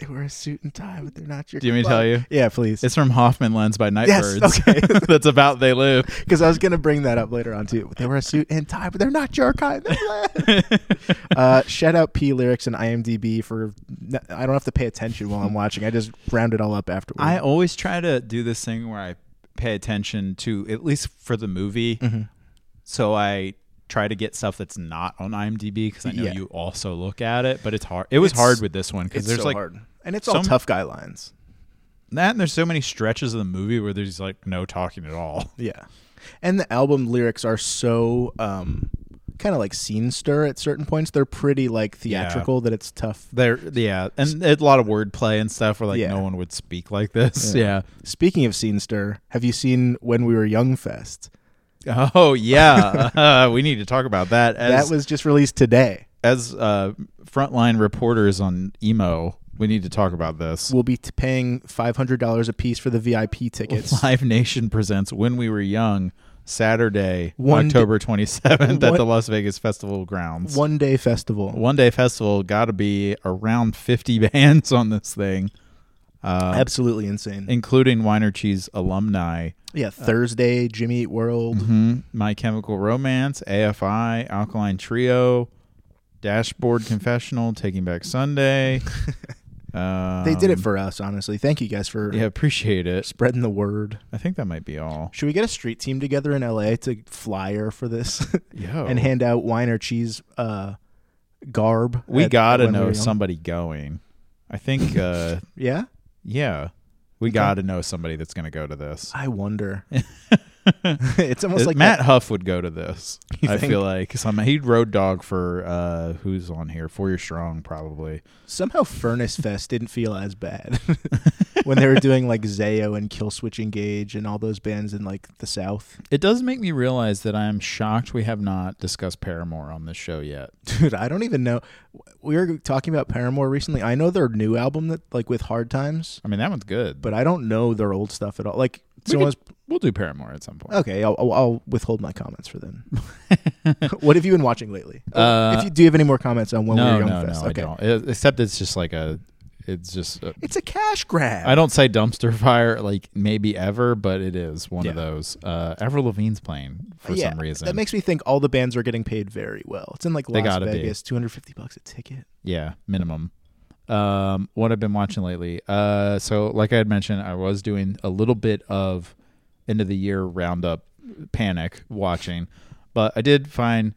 they wear a suit and tie, but they're not your.
Do you want me to tell you?
Yeah, please.
It's from Hoffman Lens by
Yes,
Nightbirds.
okay.
[laughs] That's about they live.
[laughs] Because I was gonna bring that up later on too. They wear a suit and tie, but they're not your kind.
[laughs]
uh, shout out P lyrics and IMDb for. I don't have to pay attention while I'm watching. I just round it all up afterwards.
I always try to do this thing where I pay attention to at least for the movie.
Mm-hmm.
So I try to get stuff that's not on IMDb because I know
Yeah.
you also look at it, but it's hard. It was
It's-
hard with this one because
it's
there's
so
like
hard, and it's all
some-
tough guy lines.
that, and there's so many stretches of the movie where there's like no talking at all.
Yeah. And the album lyrics are so um kind of like scene stir at certain points. They're pretty like theatrical that it's tough.
[laughs] There, yeah, and a lot of wordplay and stuff where like
Yeah.
no one would speak like this. Yeah.
Speaking of scene stir, have you seen When We Were Young Fest?
Oh yeah, [laughs] uh, we need to talk about that. As,
that was just released today.
as uh, frontline reporters on emo, we need to talk about this.
We'll be t- paying $500 a piece for the VIP tickets.
[laughs] Live Nation presents When We Were Young, Saturday,
One d-
October 27th at
One-
the Las Vegas Festival Grounds.
One day festival.
One day festival, got to be around 50 [laughs] bands on this thing,
Absolutely insane.
including Winer Cheese alumni,
yeah, Thursday, Jimmy Eat World.
Mhm. My Chemical Romance, AFI, Alkaline Trio, Dashboard Confessional, Taking Back Sunday.
[laughs]
um,
They did it for us, honestly. Thank you guys for
Yeah, appreciate it.
spreading the word.
I think that might be all.
Should we get a street team together in LA to flyer for this? [laughs]
Yo.
and hand out wine or cheese uh, garb.
we
at-
gotta
when we
know
were young.
somebody going. I
[laughs]
think, uh,
Yeah,
yeah, we gotta know somebody that's gonna go to this. [laughs]
I wonder. [laughs] it's almost
Uh,
like
Matt
that-
Huff would go to this. I
think?
feel like some he'd road dog for uh, who's on here for your strong probably.
somehow Furnace Fest didn't feel as bad [laughs] when they were doing like Zayo and Kill Switch Engage and all those bands in like the South. [laughs]
It does make me realize that I am shocked we have not discussed Paramore on this show yet.
Dude, I don't even know. We were talking about Paramore recently. I know their new album that like with Hard Times,
I mean that one's good.
but I don't know their old stuff at all. Like Someone's
We'll do Paramore at some point.
okay. I'll, I'll, I'll withhold my comments for then. what have you been watching lately?
Uh,
if you do you have any more comments on when we
no,
were young
no,
fest,
no,
okay.
I don't. E- Except it's just like a, it's just. A,
It's a cash grab.
I don't say dumpster [laughs] fire like maybe ever, but it is one of
Yeah.
those. Uh, Avril Lavigne's playing for
yeah,
some reason.
That makes me think all the bands are getting paid very well. It's in like
They
Las
gotta be.
Vegas, two hundred fifty bucks a ticket.
Yeah, minimum. Um, what I've been watching lately. Uh, so like I had mentioned, I was doing a little bit of end of the year roundup panic watching, but I did find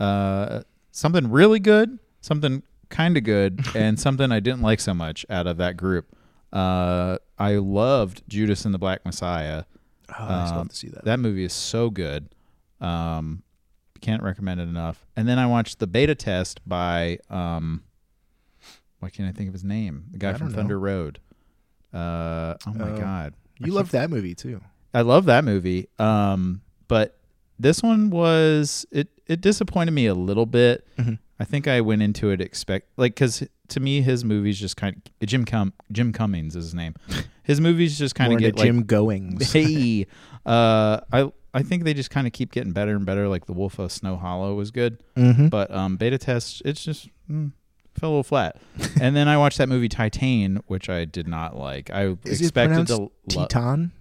uh something really good, something kind of good, and something I didn't like so much out of that group. Uh, I loved Judas and the Black Messiah.
Oh, I just
Um,
love to see that.
That movie is so good. Um, can't recommend it enough. And then I watched the beta test by um, why can't I think of his name? The guy
I
from
don't know.
Thunder Road. Uh, oh my
Oh.
god, I
you love that movie too.
I love that movie. Um, but this one was it. It disappointed me a little bit. I think I went into it expect like because to me his movies just kind of Jim Com- Jim Cummings is his name. His movies just kind
More
of
into
get like
Jim
[laughs]
[laughs] Goings.
hey, uh, I I think they just kind of keep getting better and better. Like the Wolf of Snow Hollow was good,
Mhm.
but um, beta test it's just mm, fell a little
[laughs]
flat. and then I watched that movie Titan, which I did not like. I
Is it
expected
pronounced
to lo-
Teton?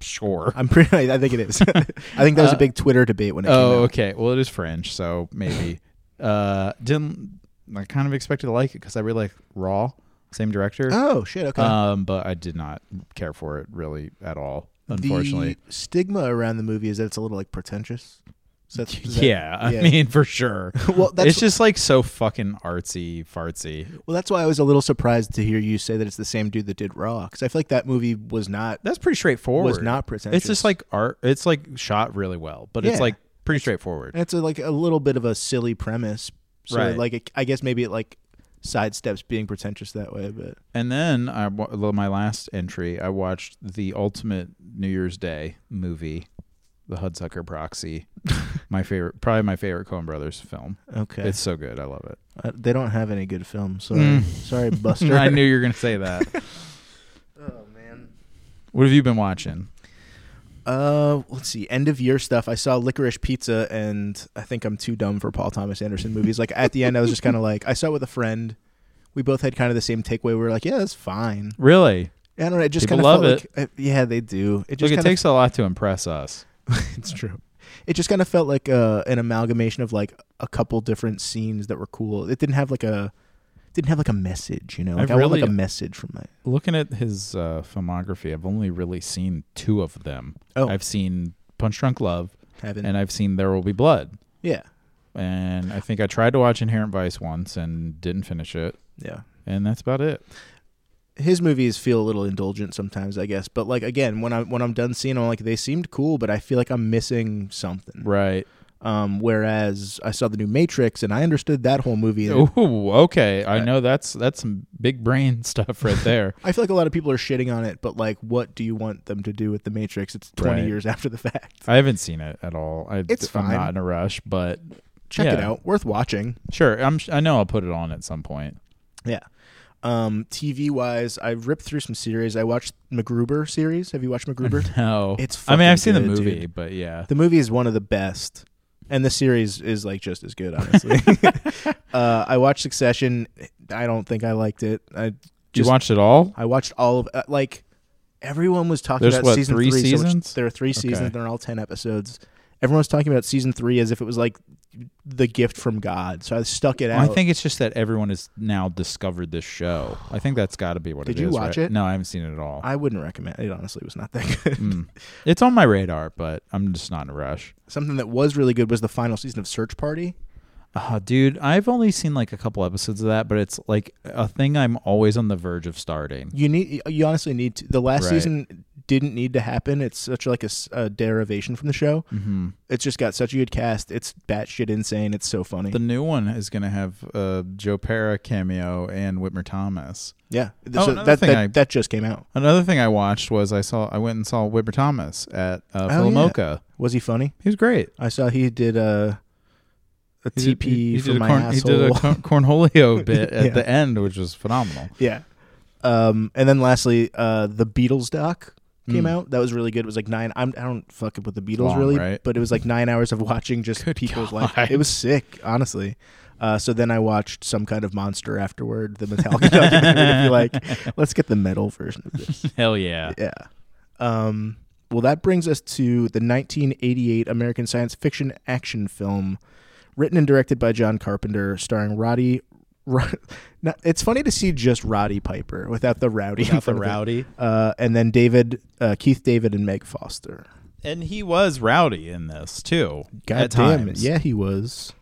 sure.
I'm pretty. I think
[laughs]
it is. I think that was a
Uh,
big Twitter debate [laughs] when it
Oh,
came out.
okay. Well, it is French, so
[laughs]
maybe uh, didn't. I kind of expected to like it because I really like Raw, same director.
Oh shit. Okay.
Um, but I did not care for it really at all. Unfortunately,
the stigma around the movie is that it's a little like pretentious. So that's, is that-
[laughs] yeah, I mean for sure.
[laughs] Well, that's
it's just like so fucking artsy fartsy.
well, that's why I was a little surprised to hear you say that it's the same dude that did Raw, because I feel like that movie was not
That's pretty straightforward.
was not pretentious.
It's just like art. It's like shot really well, but
Yeah.
it's like pretty straightforward.
And it's a, like a little bit of a silly premise. So
Right.
like it, I guess maybe it like sidesteps being pretentious that way, but
And then I wa- well, my last entry, I watched the ultimate New Year's Day movie, The Hudsucker [laughs] Proxy. my favorite, probably my favorite Coen Brothers film.
okay.
It's so good. I love it.
Uh, they don't have any good films. Sorry,
Mm. [laughs]
sorry, Buster.
I knew you were gonna say [laughs] that.
[laughs] Oh man.
what have you been watching?
Uh, let's see. End of year stuff. I saw Licorice Pizza, and I think I'm too dumb for Paul Thomas Anderson movies. Like at the end, I was just kind of like, I saw it with a friend. We both had kind of the same takeaway. We were like, yeah, that's fine.
Really?
I don't know. It just
People
kind of
love
felt Like, uh, yeah, they do. It just
Look, it
kind of
takes a lot to impress us.
[laughs] it's true. It just kind of felt like uh, an amalgamation of like a couple different scenes that were cool. It didn't have like a didn't have like a message, you know.
I've
Like I want like
really-
a message from my.
Looking at his uh, filmography, I've only really seen two of them.
Oh.
I've seen Punch Drunk Love,
Haven't.
and I've seen There Will Be Blood.
yeah,
And I think I tried to watch Inherent Vice once and didn't finish it.
yeah.
And that's about it.
His movies feel a little indulgent sometimes, I guess. But like again, when I when I'm done seeing them, like they seemed cool, but I feel like I'm missing something.
Right.
Um, whereas I saw the new Matrix and I understood that whole movie. and
[laughs] Ooh, okay. I know that's that's some big brain [laughs] stuff right
[laughs]
there.
I feel like a lot of people are shitting on it, but like, what do you want them to do with the Matrix? It's 20
Right.
years after the fact.
I haven't seen it at all. I,
It's
I'm
fine.
not in a rush, but
Check it
Yeah.
out. Worth watching.
sure. I'm. I know I'll put it on at some point. [laughs]
Yeah. Um, TV wise, I ripped through some series. I watched MacGruber series. Have you watched
[laughs]
MacGruber?
No,
It's
I mean, I've seen
fucking
the
good,
movie,
dude.
but yeah.
the movie is one of the best, and the series is like just as good.
[laughs]
Honestly, [laughs] uh, I watched Succession. I don't think I liked it. I
Did
just
you watch it all?
I watched all of uh, like everyone was talking
There's
about
what,
season
three
three. so which-
seasons?
there are three seasons.
Okay.
They're all ten episodes. Everyone's talking about season three as if it was like the gift from God. So I stuck it out.
I think it's just that everyone has now discovered this show. I think that's got to be what
Did
it is.
you watch
right?
it?
No, I haven't seen it at all.
I [laughs] wouldn't recommend it. Honestly, It was not that [laughs] good.
Mm. It's on my radar, but I'm just not in a rush.
Something that was really good was the final season of Search Party.
Ah, dude, I've only seen like a couple episodes of that, but it's like a thing I'm always on the verge of starting.
You need, you honestly need to. The last
Right.
season didn't need to happen. It's such like a, s- a derivation from the show. Mm-hmm. It's just got such a good cast. It's batshit insane. It's so funny.
The new one is going to have uh, Joe Pera cameo and Whitmer Thomas.
yeah.
Oh,
so
another
that
thing
that,
I-
that just came out.
Another thing I watched was I saw I went and saw Whitmer Thomas at uh,
Oh, yeah.
Philomoka.
Was he funny?
He was great.
I saw he did a a
He did-
TP
he- he
for
did a
my
corn-
asshole. [laughs]
He did a corn- [laughs] cornholio bit at
Yeah.
the end, which was phenomenal.
yeah. Um, and then lastly, uh, the Beatles doc came
Mm.
out. That was really good. It was like nine. I'm, I don't fuck up with the Beatles
Hmm. long,
really,
right?
but it was like nine hours of watching just people's life.
God.
It was sick, honestly. Uh, so then I watched some kind of monster afterward, the Metallica [laughs] documentary, to
[laughs]
be like, let's get the metal version of this.
Hell yeah. [laughs]
Yeah. Um, well, that brings us to the 1988 American science fiction action film, written and directed by John Carpenter, starring Roddy. Rod, [laughs] not, it's funny to see just Roddy Piper without the rowdy. in
Without the
front of it.
rowdy.
Uh, and then David, uh, Keith David, and Meg Foster.
And he was rowdy in this too.
God
at
damn
times.
it. Yeah, he was.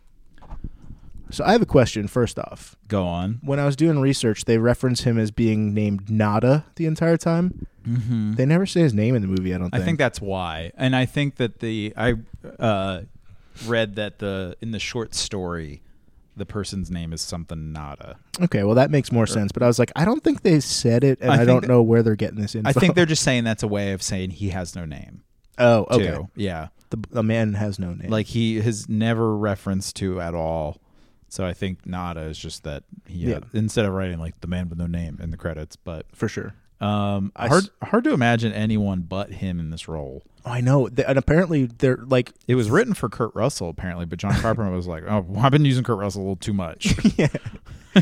So I have a question first off.
Go on.
When I was doing research, they reference him as being named Nada the entire time. Mm-hmm. They never say his name in the movie, I don't
I think that's why. And I think that the I uh, read that the in the short story the person's name is something nada.
Okay, well that makes more sense. But I was like, I don't think they said it, and
I
I,
think
don't
that-
know where they're getting this info.
I [laughs] think they're just saying that's a way of saying he has no name.
[laughs] oh
Too.
okay.
Yeah.
The, the man has no name.
Like he has never referenced to at all. So I think nada is just that he
Yeah.
uh, instead of writing like the man with no name in the credits, but
for sure.
um
I
hard
s-
hard to imagine anyone but him in this role.
Oh, I know, Th- and apparently they're like,
It was written for Kurt Russell apparently, but
[laughs]
John Carpenter was like, "Oh, I've been using Kurt Russell a little too much."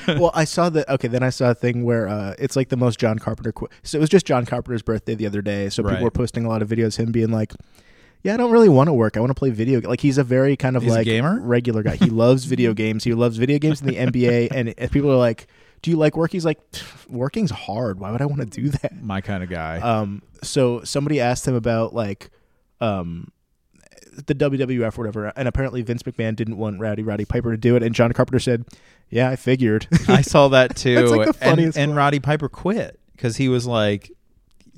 well, I saw that. Okay, then I saw a thing where uh, it's like the most John Carpenter. Qu- so it was just John Carpenter's birthday the other day, so
Right.
people were posting a lot of videos him being like. Yeah, I don't really want to work. I want to play video. Like he's a very kind of
He's a
like
gamer?
regular guy. He
[laughs]
loves video games. He loves video games in the NBA. And if people are like, "Do you like work?" He's like, "Working's hard. Why would I want to do that?"
My kind of guy.
[laughs] Um, so somebody asked him about like, um, the WWF or whatever, and apparently Vince McMahon didn't want Rowdy Roddy Piper to do it, and John Carpenter said, "Yeah, I figured." [laughs]
I saw that too.
That's, like, the
And-
funniest
and,
one.
Roddy Piper quit because he was like,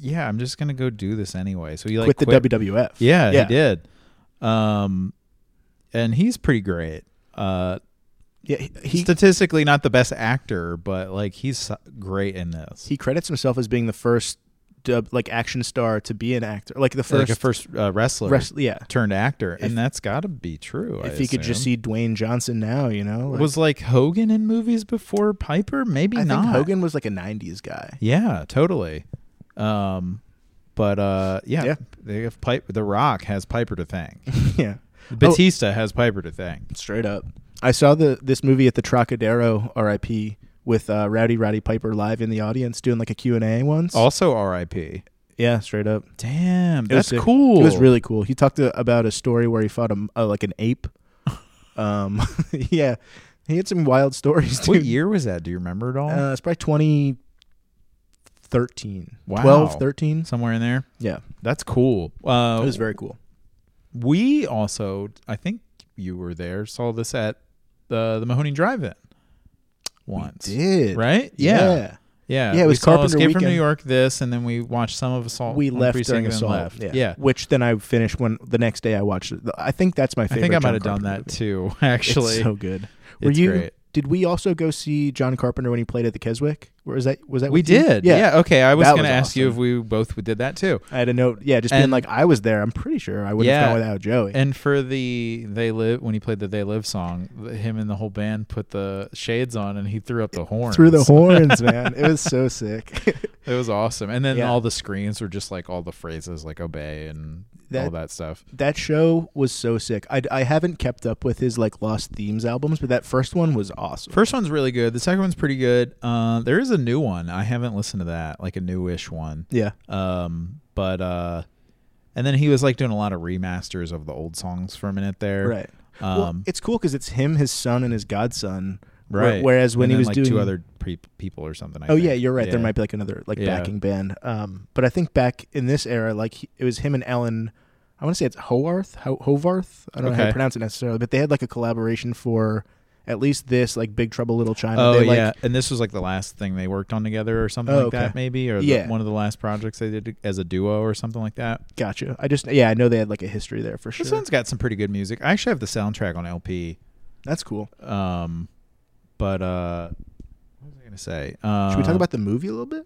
"Yeah, I'm just gonna go do this anyway." So he like
with the
quit.
WWF.
Yeah,
yeah,
he did. Um, and he's pretty great. Uh,
Yeah, he, he,
statistically not the best actor, but like he's great in this.
he credits himself as being the first dub, like action star to be an actor, like the first,
like a first uh, wrestler
wrest- yeah.
turned actor, and that's got to be true.
If
I
he could just
assume.
see Dwayne Johnson now, you know, like,
was like Hogan in movies before Piper, maybe
I
not.
think Hogan was like a '90s
[laughs]
guy.
Yeah, totally. Um, but uh, yeah,
Yeah.
they have pipe. The Rock has Piper to thank.
yeah, [laughs] Oh,
Batista has Piper to thank.
Straight up. I saw the this movie at the Trocadero RIP with uh, Rowdy Roddy Piper live in the audience doing like a Q&A once.
Also R.I.P.
yeah, straight up.
Damn,
It was
that's
sick.
cool.
It was really cool. He talked to, about a story where he fought a, uh, like an
[laughs]
ape. um [laughs] yeah. He had some wild stories too.
What year was that? Do you remember it all?
Uh, it's probably 2013.
Wow.
12, 13.
Somewhere in there.
Yeah.
That's cool.
It
Uh,
was very cool.
we also, I think you were there, saw this at the the Mahoney Drive-In once.
Did.
Right?
Yeah.
Yeah. Yeah,
Yeah, it
we
was
saw
Carpenter
Escape from
Weekend.
New York this, and then we watched some of Assault.
We
on
left
Precinct
during
and then
assault.
Left.
Yeah.
yeah.
Which then I finished when the next day I watched it. I think that's my
I
favorite.
think I
John
might have done
Carpenter
that
movie.
too. [laughs] Actually,
It's so good. Were
It's
you?
great.
Did we also go see John Carpenter when he played at the Keswick? Where was that? Was that
we
with you?
did. Yeah. Okay. I was
That
going to
was
ask you if
awesome.
we both did that too.
I had a note. Yeah, just being
And-
like I was there. I'm pretty sure I wouldn't
Yeah.
have gone without Joey.
And for the they live when he played the they live song, th- him and the whole band put the shades on and he threw up the horn
Through the
[laughs]
horns, man. It was so sick.
It was awesome. And then
Yeah.
all the screens were just like all the phrases like obey and all
That-
that stuff.
that show was so sick. I, I haven't kept up with his like Lost Themes albums, but that first one was awesome.
First one's really good. The second one's pretty good. Uh, there is a new one. I haven't listened to that, like a newish one.
yeah.
Um, but uh, and then he was like doing a lot of remasters of the old songs for a minute there.
Right.
Um,
well, it's cool because it's him, his son, and his godson. Wh-
right.
Whereas when
And
he
then,
was
like
doing
two other pre- people or something. I
Oh
think.
yeah, you're right. There
Yeah.
might be like another like
Yeah.
backing band. Um, but I think back in this era, like he, it was him and Ellen. I want to say it's Howarth. Ho- Hovarth. I don't know how
Okay.
to pronounce it necessarily, but they had like a collaboration for at least this like Big Trouble Little China.
Oh
they, like,
yeah, and this was like the last thing they worked on together, or something
Oh,
like
okay.
that, maybe, or the-
Yeah.
one of the last projects they did as a duo, or something like that.
Gotcha. I just yeah, I know they had like a history there for sure.
This one's got some pretty good music. I actually have the soundtrack on LP,
That's cool.
um, but uh, what was I gonna say? Uh,
Should we talk about the movie a little bit?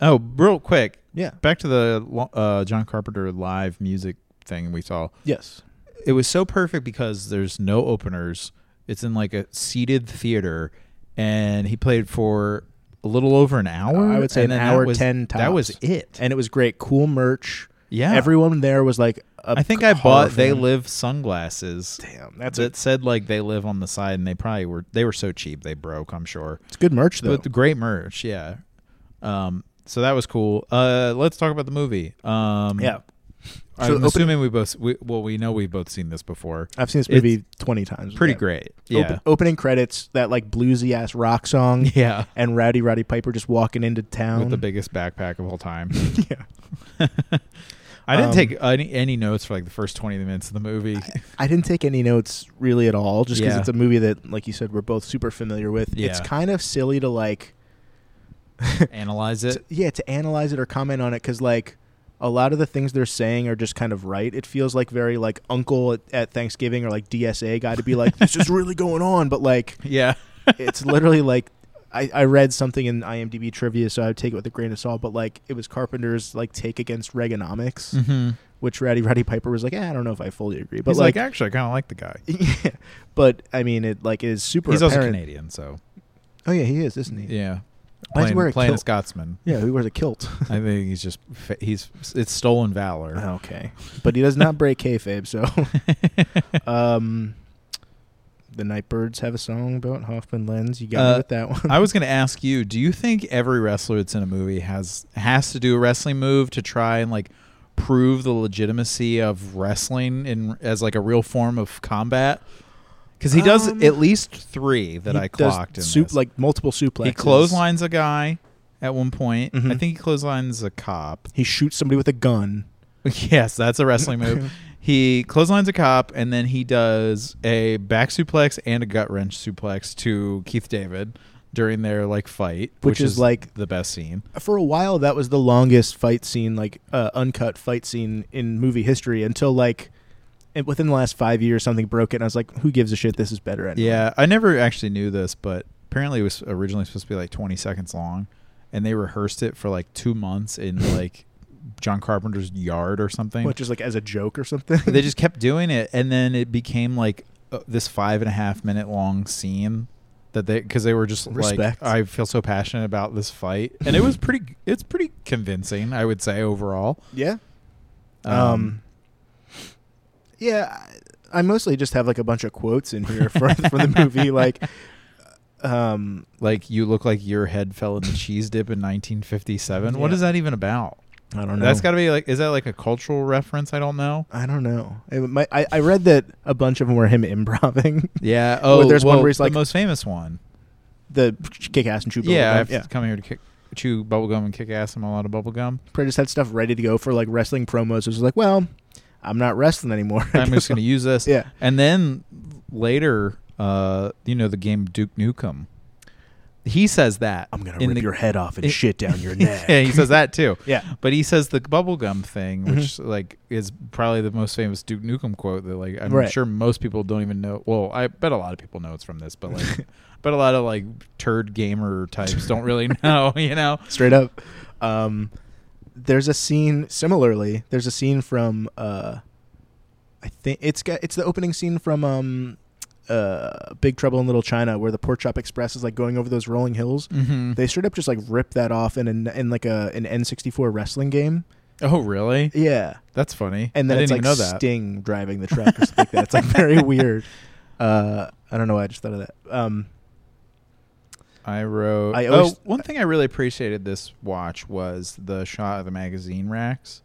Oh, real quick,
Yeah.
back to the lo- uh, John Carpenter live music thing we saw.
Yes.
it was so perfect because there's no openers. It's in like a seated theater, and he played for a little over an hour.
I would say
and
an
then that
hour
was-
ten tops.
That was it.
and it was great. Cool merch.
Yeah.
everyone there was like. I
I think I bought They Live sunglasses.
Damn, that's
that
it.
said like they live on the side and they probably were they were so cheap they broke i'm sure
It's good merch though.
but the great merch yeah um so that was cool uh let's talk about the movie um
yeah,
i'm
So open-
assuming we both we, well we know we've both seen this before
I've seen this
It's
movie twenty times.
pretty
Yeah.
great yeah
Open- opening credits, that like bluesy ass rock song,
yeah [laughs]
and Rowdy Roddy Piper just walking into town
with the biggest backpack of all time
[laughs] yeah.
[laughs] i didn't
Um,
take any, any notes for like the first 20 minutes of the movie
I didn't take any notes really at all, just because
Yeah.
it's a movie that, like you said, we're both super familiar with. It's
Yeah.
kind of silly to like, [laughs]
analyze
to-
it
yeah, to analyze it or comment on it because like a lot of the things they're saying are just kind of right. It feels like very like uncle at, at Thanksgiving or like DSA guy to be like, this is really going on, but
[laughs]
like
[laughs] yeah
it's literally like. I, I read something in IMDb trivia, so I would take it with a grain of salt. But like, it was Carpenter's like take against
[laughs]
Reaganomics,
mm-hmm.
which Ratty Ratty Piper was like, eh, I don't know if I fully agree,
but
but
like, actually i kind of like the guy
[laughs] yeah, but I mean, it like is super.
he's also
apparent-
canadian so
Oh yeah, he is, isn't he?
yeah
Why does he
playing,
wear a
playing a
kilt?
scotsman
Yeah, he wears a kilt. [laughs]
I think he's just fa- he's it's stolen valor.
okay, but he does not break
[laughs]
kayfabe. So, Uh-huh. um, the Nightbirds have a song about Hoffman Lens. You got
Uh,
me with that
[laughs]
one.
I
[laughs]
was going to ask you, do you think every wrestler that's in a movie has has to do a wrestling move to try and like prove the legitimacy of wrestling in as like a real form of combat? Because he does
Um,
at least three that
He
I
does
clocked. In
sup-
this.
like multiple suplexes.
he clotheslines a guy at one point. I
Mhm.
think he clotheslines a cop.
He shoots somebody with a gun.
[laughs] Yes, that's a wrestling
[laughs]
move. He clotheslines a cop, and then he does a back suplex and a gut wrench suplex to Keith David during their like fight,
Which is, like-
the best scene.
For a while, that was the longest fight scene, like uh, uncut fight scene in movie history, until like. and Within the last five years, something broke it, and I was like, "Who gives a shit? This is better." Anyway.
Yeah, I never actually knew this, but apparently it was originally supposed to be like 20 seconds long, and they rehearsed it for like two months in like John Carpenter's yard or something.
What, just like as a joke or something?
they just kept doing it, and then it became like uh, this five and a half minute long scene that they because they were just like
Respect.
I feel so passionate about this fight, and it was pretty. It's pretty convincing, I would say overall.
[laughs] yeah.
Um,
Um, yeah, I I mostly just have like a bunch of quotes in
[laughs]
here from from the movie, like, um,
like you look like your head fell in the cheese dip in 1957. What
Yeah.
is that even about?
I don't know.
That's got to be like is that like a cultural reference? I don't know.
I don't know. It might, I I read that a bunch of them were him improvising
[laughs]
[laughs]
Yeah.
Well,
Oh,
there's one
well,
where he's like-
the most famous one.
the kick ass and chew.
yeah,
bubblegum.
I've come here to kick, chew bubble gum and kick ass. I'm a lot of bubble gum.
Probably just had stuff ready to go for like wrestling promos. It was like, well, I'm not wrestling anymore. [laughs] I
I'm just
guess
going to use this.
Yeah.
And then later, uh, you know, the game Duke Nukem. He says that.
I'm gonna
in
rip
the-
your head off and
it-
shit down your neck.
[laughs] yeah, he says that too.
Yeah.
But he says the bubblegum thing,
Mm-hmm.
which like is probably the most famous Duke Nukem quote that like I'm
Right.
sure most people don't even know. Well, I bet a lot of people know it's from this, but
[laughs]
like but a lot of like turd gamer types don't
[laughs]
really know, you know.
straight up. Um, there's a scene similarly. There's a scene from uh, I think it's got, it's the opening scene from um, uh, Big Trouble in Little China, where the Pork Chop Express is like going over those rolling hills.
Mhm.
They straight up just like rip that off in an, in like a an N64 wrestling game.
Oh, really?
Yeah,
That's funny.
and then
I
it's
didn't
like
even know that.
Sting driving the truck or something like that. It's like
[laughs]
very weird. Uh, I don't know why I just thought of that. Um,
I wrote.
I
I
always-
oh, one thing I really appreciated this watch was the shot of the magazine racks.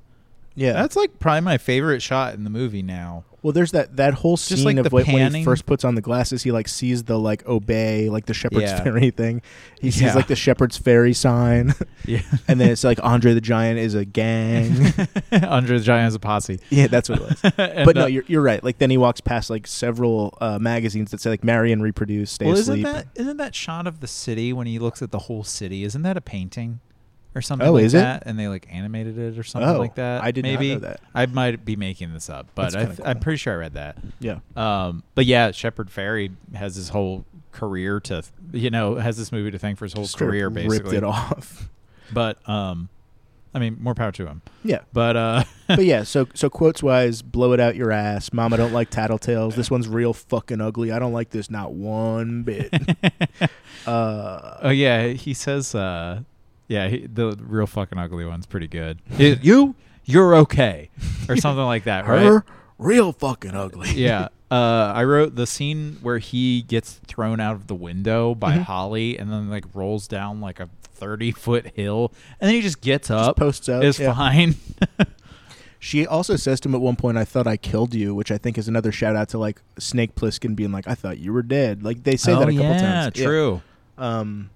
yeah,
That's like probably my favorite shot in the movie now.
Well, there's that that whole scene
like,
of
the
when, when he
panning.
first puts on the glasses, he like sees the like obey, like the shepherd's
Yeah.
fairy thing. He sees
Yeah.
like the shepherd's fairy sign,
[laughs] Yeah.
[laughs] and then it's like Andre the Giant is a gang.
[laughs]
[laughs]
Under the Giant as a posse.
yeah, that's what it was.
[laughs] And,
but no,
uh,
you're you're right. Like then he walks past like several uh, magazines that say like Marion reproduce, stay
well, isn't
asleep.
that isn't that shot of the city when he looks at the whole city? Isn't that a painting or something?
Oh,
like
is it?
that? And they like animated it or something
Oh,
like that.
I did not
Maybe
know that.
I might be making this up, but
That's
I
kinda
th- I'm
cool.
pretty sure I read that.
yeah,
Um, but yeah, Shepard Fairey has his whole career to, you know, has this movie to thank for his whole
[laughs] Straight up
career, basically.
ripped it off.
But um, I mean, more power to him.
Yeah.
But uh,
but yeah, so so quotes wise, blow it out your ass. Mama don't like tattletales. This one's real fucking ugly. I don't like this not one bit.
[laughs]
uh,
oh yeah, he says, uh, yeah, he, the real fucking ugly one's pretty good. Y- you, you're okay, or something like that, right?
[laughs] her real fucking ugly.
yeah. Uh, I wrote the scene where he gets thrown out of the window
Mm-hmm.
by Holly and then like rolls down like a 30 foot hill and then he just gets up,
posts up,
is
yeah.
fine.
[laughs] She also says to him at one point, "I thought I killed you," which I think is another shout out to like Snake Plissken being like, "I thought you were dead." Like they [laughs] say that a couple times. Yeah.
Oh, True.
Um,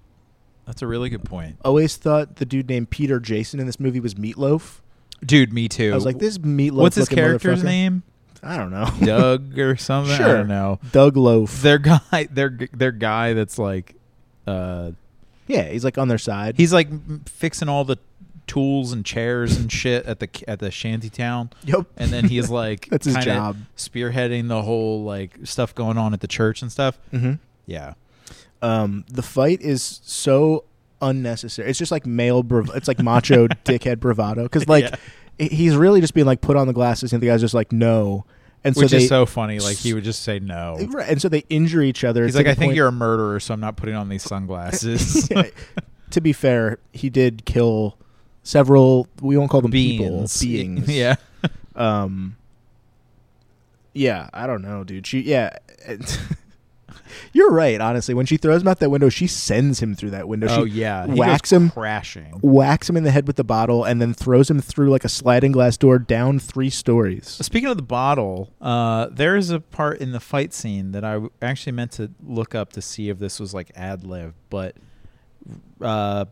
That's a really good point.
always thought the dude named Peter Jason in this movie was Meatloaf.
Dude, me too.
I was like, "This Meatloaf."
what's his
looking
character's
motherfucker- [laughs]
name?
I don't know.
Doug or something? I
Sure. [laughs]
don't know.
Doug Loaf.
Their guy, their their guy that's like, uh,
yeah, he's like on their side.
he's like fixing all the tools and chairs and shit at the at the shanty town.
Yep.
and then he's like
[laughs] That's his
kinda
job.
spearheading the whole like stuff going on at the church and stuff
Mhm.
yeah
um, the fight is so unnecessary. It's just like male, brav- it's
[laughs]
like macho dickhead bravado. Because like
Yeah.
he- he's really just being like put on the glasses, and the guy's just like no, and so
which
they eh,
is so funny like he would just say no
Right, and so they injure each other.
he's
to
like
the
i think
point-
you're a murderer so i'm not putting on these sunglasses [laughs]
[laughs] Yeah. to be fair, he did kill several. We won't call them
beings [laughs]
people, beings.
yeah
Um. Yeah, I don't know, dude. She, yeah. and- [laughs] You're right. Honestly, when she throws him out that window, she sends him through that window.
oh
she
yeah He
whacks
goes
him,
crashing
whacks him in the head with the bottle, and then throws him through like a sliding glass door down three stories.
Speaking of the bottle, uh, there is a part in the fight scene that I w- actually meant to look up to see if this was like ad lib, but uh,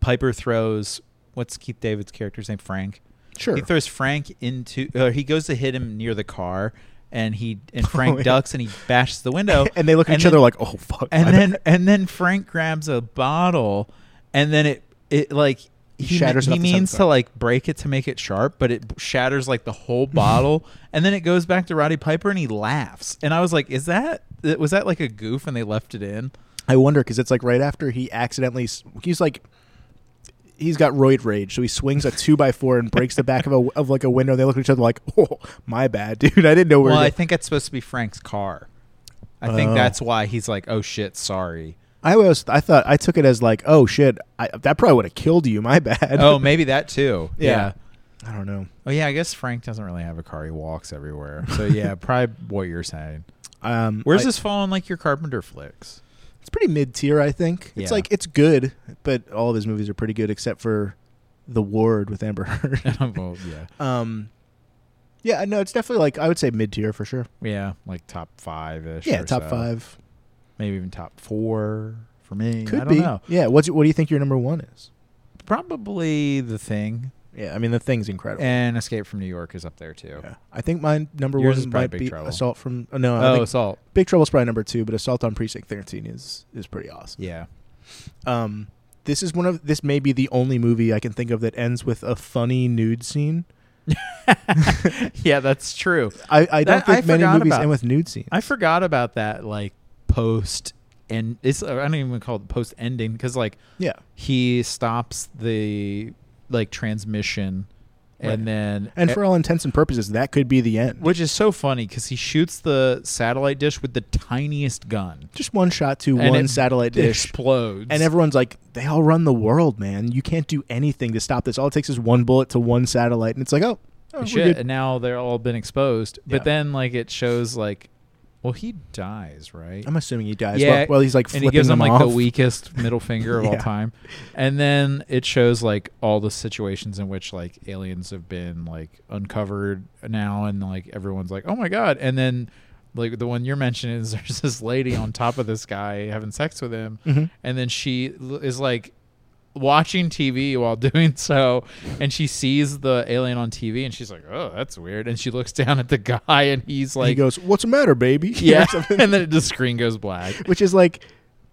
Piper throws what's Keith David's character's name? Frank.
Sure.
He
[laughs]
throws Frank into, or he goes to hit him near the car, and he
[laughs]
and Frank
Oh, yeah.
ducks and he bashes the window,
[laughs] and they look at each
then-
other like, "Oh fuck!" my
and
bad."
then and then Frank grabs a bottle, and then it it like he, me-
shatters it
he
off the side of
means
the
to
car.
like break it to make it sharp, but it b- shatters like the
[laughs]
whole bottle, and then it goes back to Roddy Piper, and he laughs. And I was like, "Is that th- was that like a goof?" And they left it in.
I wonder because it's like right after he accidentally s- he's like he's got roid rage, so he swings a two by four and breaks the back of a [laughs] of like a window. They look at each other like, [laughs] "Oh, my bad, dude. I didn't know where."
Well,
to-"
I think it's supposed to be Frank's car. I think
Oh.
that's why he's like, "Oh shit, sorry."
I was I thought I took it as like, "Oh shit, I, that probably would have killed you."
[laughs]
My bad.
Oh, maybe that too.
[laughs] Yeah. I don't know.
Oh yeah, I guess Frank doesn't really have a car. He walks everywhere. So
[laughs]
yeah, probably what you're saying.
Um,
Where's
I-
this fall in like your Carpenter
[laughs]
flicks? [laughs]
It's pretty mid tier, I think. It's
Yeah.
like it's good, but all of his movies are pretty good except for The Ward with Amber [laughs] Heard.
[laughs] well, yeah,
um, yeah, no, it's definitely like I would say mid tier for sure.
yeah, like top five ish.
Yeah, top five.
maybe even top four for me.
Could
I don't
be.
know.
Yeah. What's, what do you think your number one is?
Probably the thing,
Yeah. I mean, the thing's incredible.
and Escape from New York is up there too.
yeah. I think my number
Yours is
one
probably
might
Big
be
Trouble.
Assault from. Oh, no, I
Oh,
think
Assault.
Big Trouble's probably number two, but Assault on Precinct 13 is is pretty awesome.
Yeah,
Um, this is one of this may be the only movie I can think of that ends with a funny nude scene.
[laughs] yeah, that's true.
I, I don't
That-
think
I
many
forgot
movies
about-
end with nude scenes.
I forgot about that. Like post, and it's I don't even call it post ending because like
Yeah.
he stops the like transmission,
Right.
and then e
And for all intents and purposes, that could be the end.
which is so funny because he shoots the satellite dish with the tiniest gun.
Just one shot to
And
one
it
satellite dish.
explodes.
And everyone's like, they all run the world, man. You can't do anything to stop this. All it takes is one bullet to one satellite, and it's like, oh, oh, we're
shit,
good.
and now they're all been exposed.
Yeah.
But then like it shows like, well, he dies, right?
I'm assuming he dies.
yeah.
Well, well, he's like
and
flipping
he gives him
them
like
off.
the weakest middle finger
[laughs]
of all
Yeah.
time, and then it shows like all the situations in which like aliens have been like uncovered now, and like everyone's like, oh my god, and then. Like the one you're mentioning is [laughs] there's this lady on top of this guy having sex with him,
Mhm.
and then she l- is like watching TV while [laughs] doing so, and she sees the alien on TV, and she's like, "Oh, that's weird." And she looks down at the guy, and he's
And
like,
he goes, "What's the matter, baby?" [laughs]
"Yeah,"
Or
[laughs]
something.
and then the screen goes black.
[laughs] which is like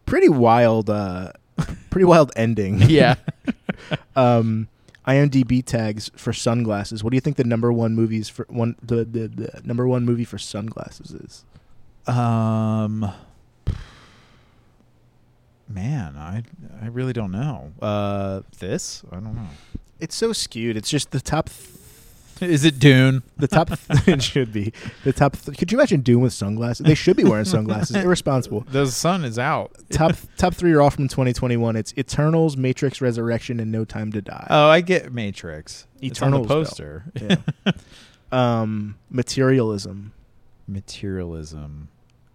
pretty wild. Uh, [laughs] pretty wild
[laughs]
ending.
yeah,
[laughs] Um, IMDb tags for sunglasses. What do you think the number one movies for one the, the, the number one movie for sunglasses is?
um, man, I I really don't know. Uh, this I don't know.
it's so skewed. It's just the top, th-
Is it Dune?
the top. [laughs] it should be the top. Th- could you imagine Doom with sunglasses? They should be
[laughs]
wearing sunglasses. Irresponsible.
The sun is out. [laughs]
Top top three are all from 2021. It's Eternals, Matrix, Resurrection, and No Time to Die.
Oh, I get Matrix. It's on the
Eternals, though.
poster.
Yeah.
[laughs]
um, materialism.
Materialism.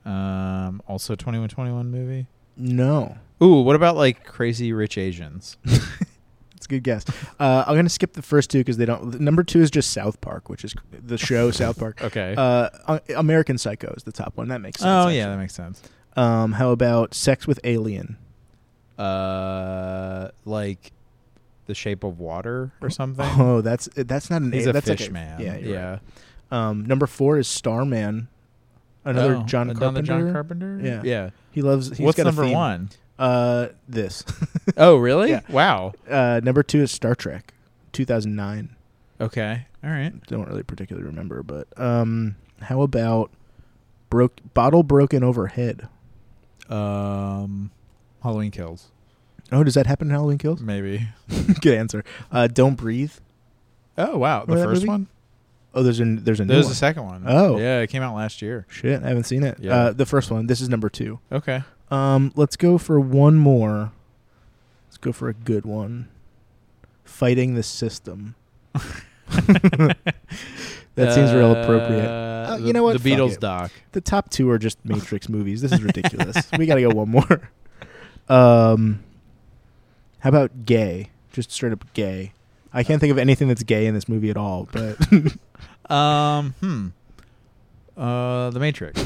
Um, also, twenty one twenty one movie.
No,
Ooh, what about like Crazy Rich
[laughs]
Asians? Oh,
it's a good guess. Uh, I'm gonna skip the first two because they don't. Number two is just South Park, which is the show South Park.
[laughs] Okay.
Uh, A- American Psycho is the top one. That makes sense.
oh yeah, that
actually.
makes sense.
Um, how about Sex with Alien?
Uh, like The Shape of Water
[laughs]
or something.
Oh, that's that's not an.
He's
a-
a
that's like
fish man.
Yeah, you're
yeah.
right. Um, number four is Starman. Another
Oh,
John
another
Carpenter.
John Carpenter.
Yeah.
Yeah.
He loves. he's
What's
got a
number
theme.
one?
Uh, this. [laughs]
Oh, really?
Yeah.
Wow.
uh, number two is Star Trek, 2009.
Okay. All right.
Don't really particularly remember, but um, how about broke bottle broken overhead?
Um, Halloween Kills.
Oh, does that happen in Halloween Kills?
Maybe.
[laughs] Good answer. Uh, don't breathe.
Oh wow, the
Remember that
first
movie?
one.
Oh, there's a there's a new
There's
one.
the second one.
Oh.
yeah, it came out last year.
Shit, I haven't seen it.
Yeah.
Uh, the first one. This is number two. [laughs]
Okay.
Um, let's go for one more. Let's go for a good one. Fighting the system. That seems real appropriate.
Uh,
Oh, you know what?
The
Fuck
Beatles
it.
doc.
The top two are just
[laughs]
Matrix movies. This is ridiculous. we got to go one more. Um, how about gay? Just straight up gay. I can't think of anything that's gay in this movie at all. But [laughs]
Um, hmm. Uh, The
[laughs]
Matrix.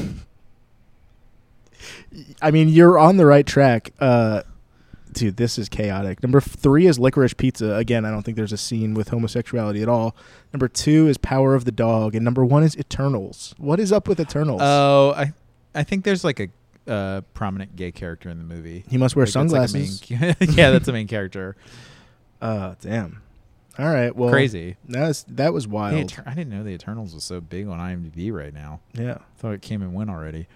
I mean, you're on the right track. Uh, dude, this is chaotic. Number f- three is Licorice Pizza. Again, I don't think there's a scene with homosexuality at all. Number two is Power of the Dog, and number one is Eternals. What is up with Eternals?
Oh, I, I think there's like a uh, prominent gay character in the movie.
he must wear
Like, that's like a
sunglasses.
main- [laughs] yeah, that's the
[laughs]
main character.
uh, damn. All right. Well,
Crazy.
That was, that was
The
wild.
Eter- I didn't know the Eternals was so big on IMDb right now.
yeah.
Thought it came and went already.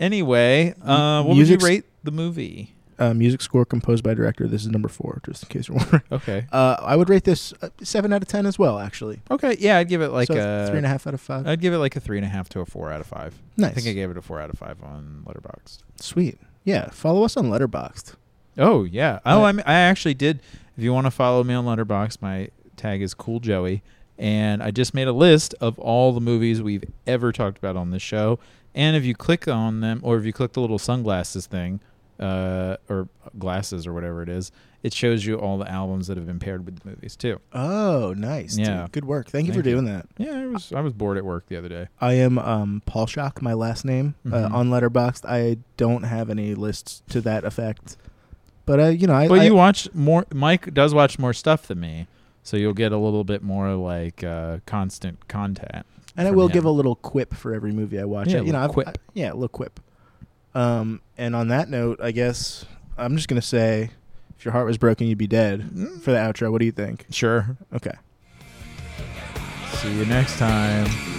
Anyway, uh, what
music's-
would you rate the movie?
Uh, music score composed by director. This is number four, just in case you're wondering.
Okay.
Uh, I would rate this uh, seven out of ten as well. Actually,
Okay. Yeah, I'd give it like
So
a
three and a half out of five.
I'd give it like a three and a half to a four out of five.
nice.
I think I gave it a four out of five on Letterboxd.
Sweet. Yeah. Follow us on Letterboxd.
Oh yeah. Oh,
Uh,
I'm, I actually did. If you want to follow me on Letterboxd, my tag is Cool Joey, and I just made a list of all the movies we've ever talked about on this show. And if you click on them, or if you click the little sunglasses thing, uh, or glasses or whatever it is, it shows you all the albums that have been paired with the movies too.
Oh, nice. dude.
Yeah.
Good work. Thank you
Thank
for
you.
doing that.
Yeah, I was I was bored at work the other day.
I am um, Paul Shock, my last name,
Mhm.
uh, on Letterboxd. I don't have any lists to that effect. But, uh, you know, I.
But
I-
you watch more. Mike does watch more stuff than me, so you'll get a little bit more like uh, constant content.
and I
from
will
him.
give a little quip for every movie I watch.
Yeah,
I-
a
you know,
little
I've-
quip.
I- yeah, a little quip. Um, and on that note, I guess I'm just going to say if your heart was broken, you'd be dead for the outro. What do you think?
Sure.
Okay.
See you next time.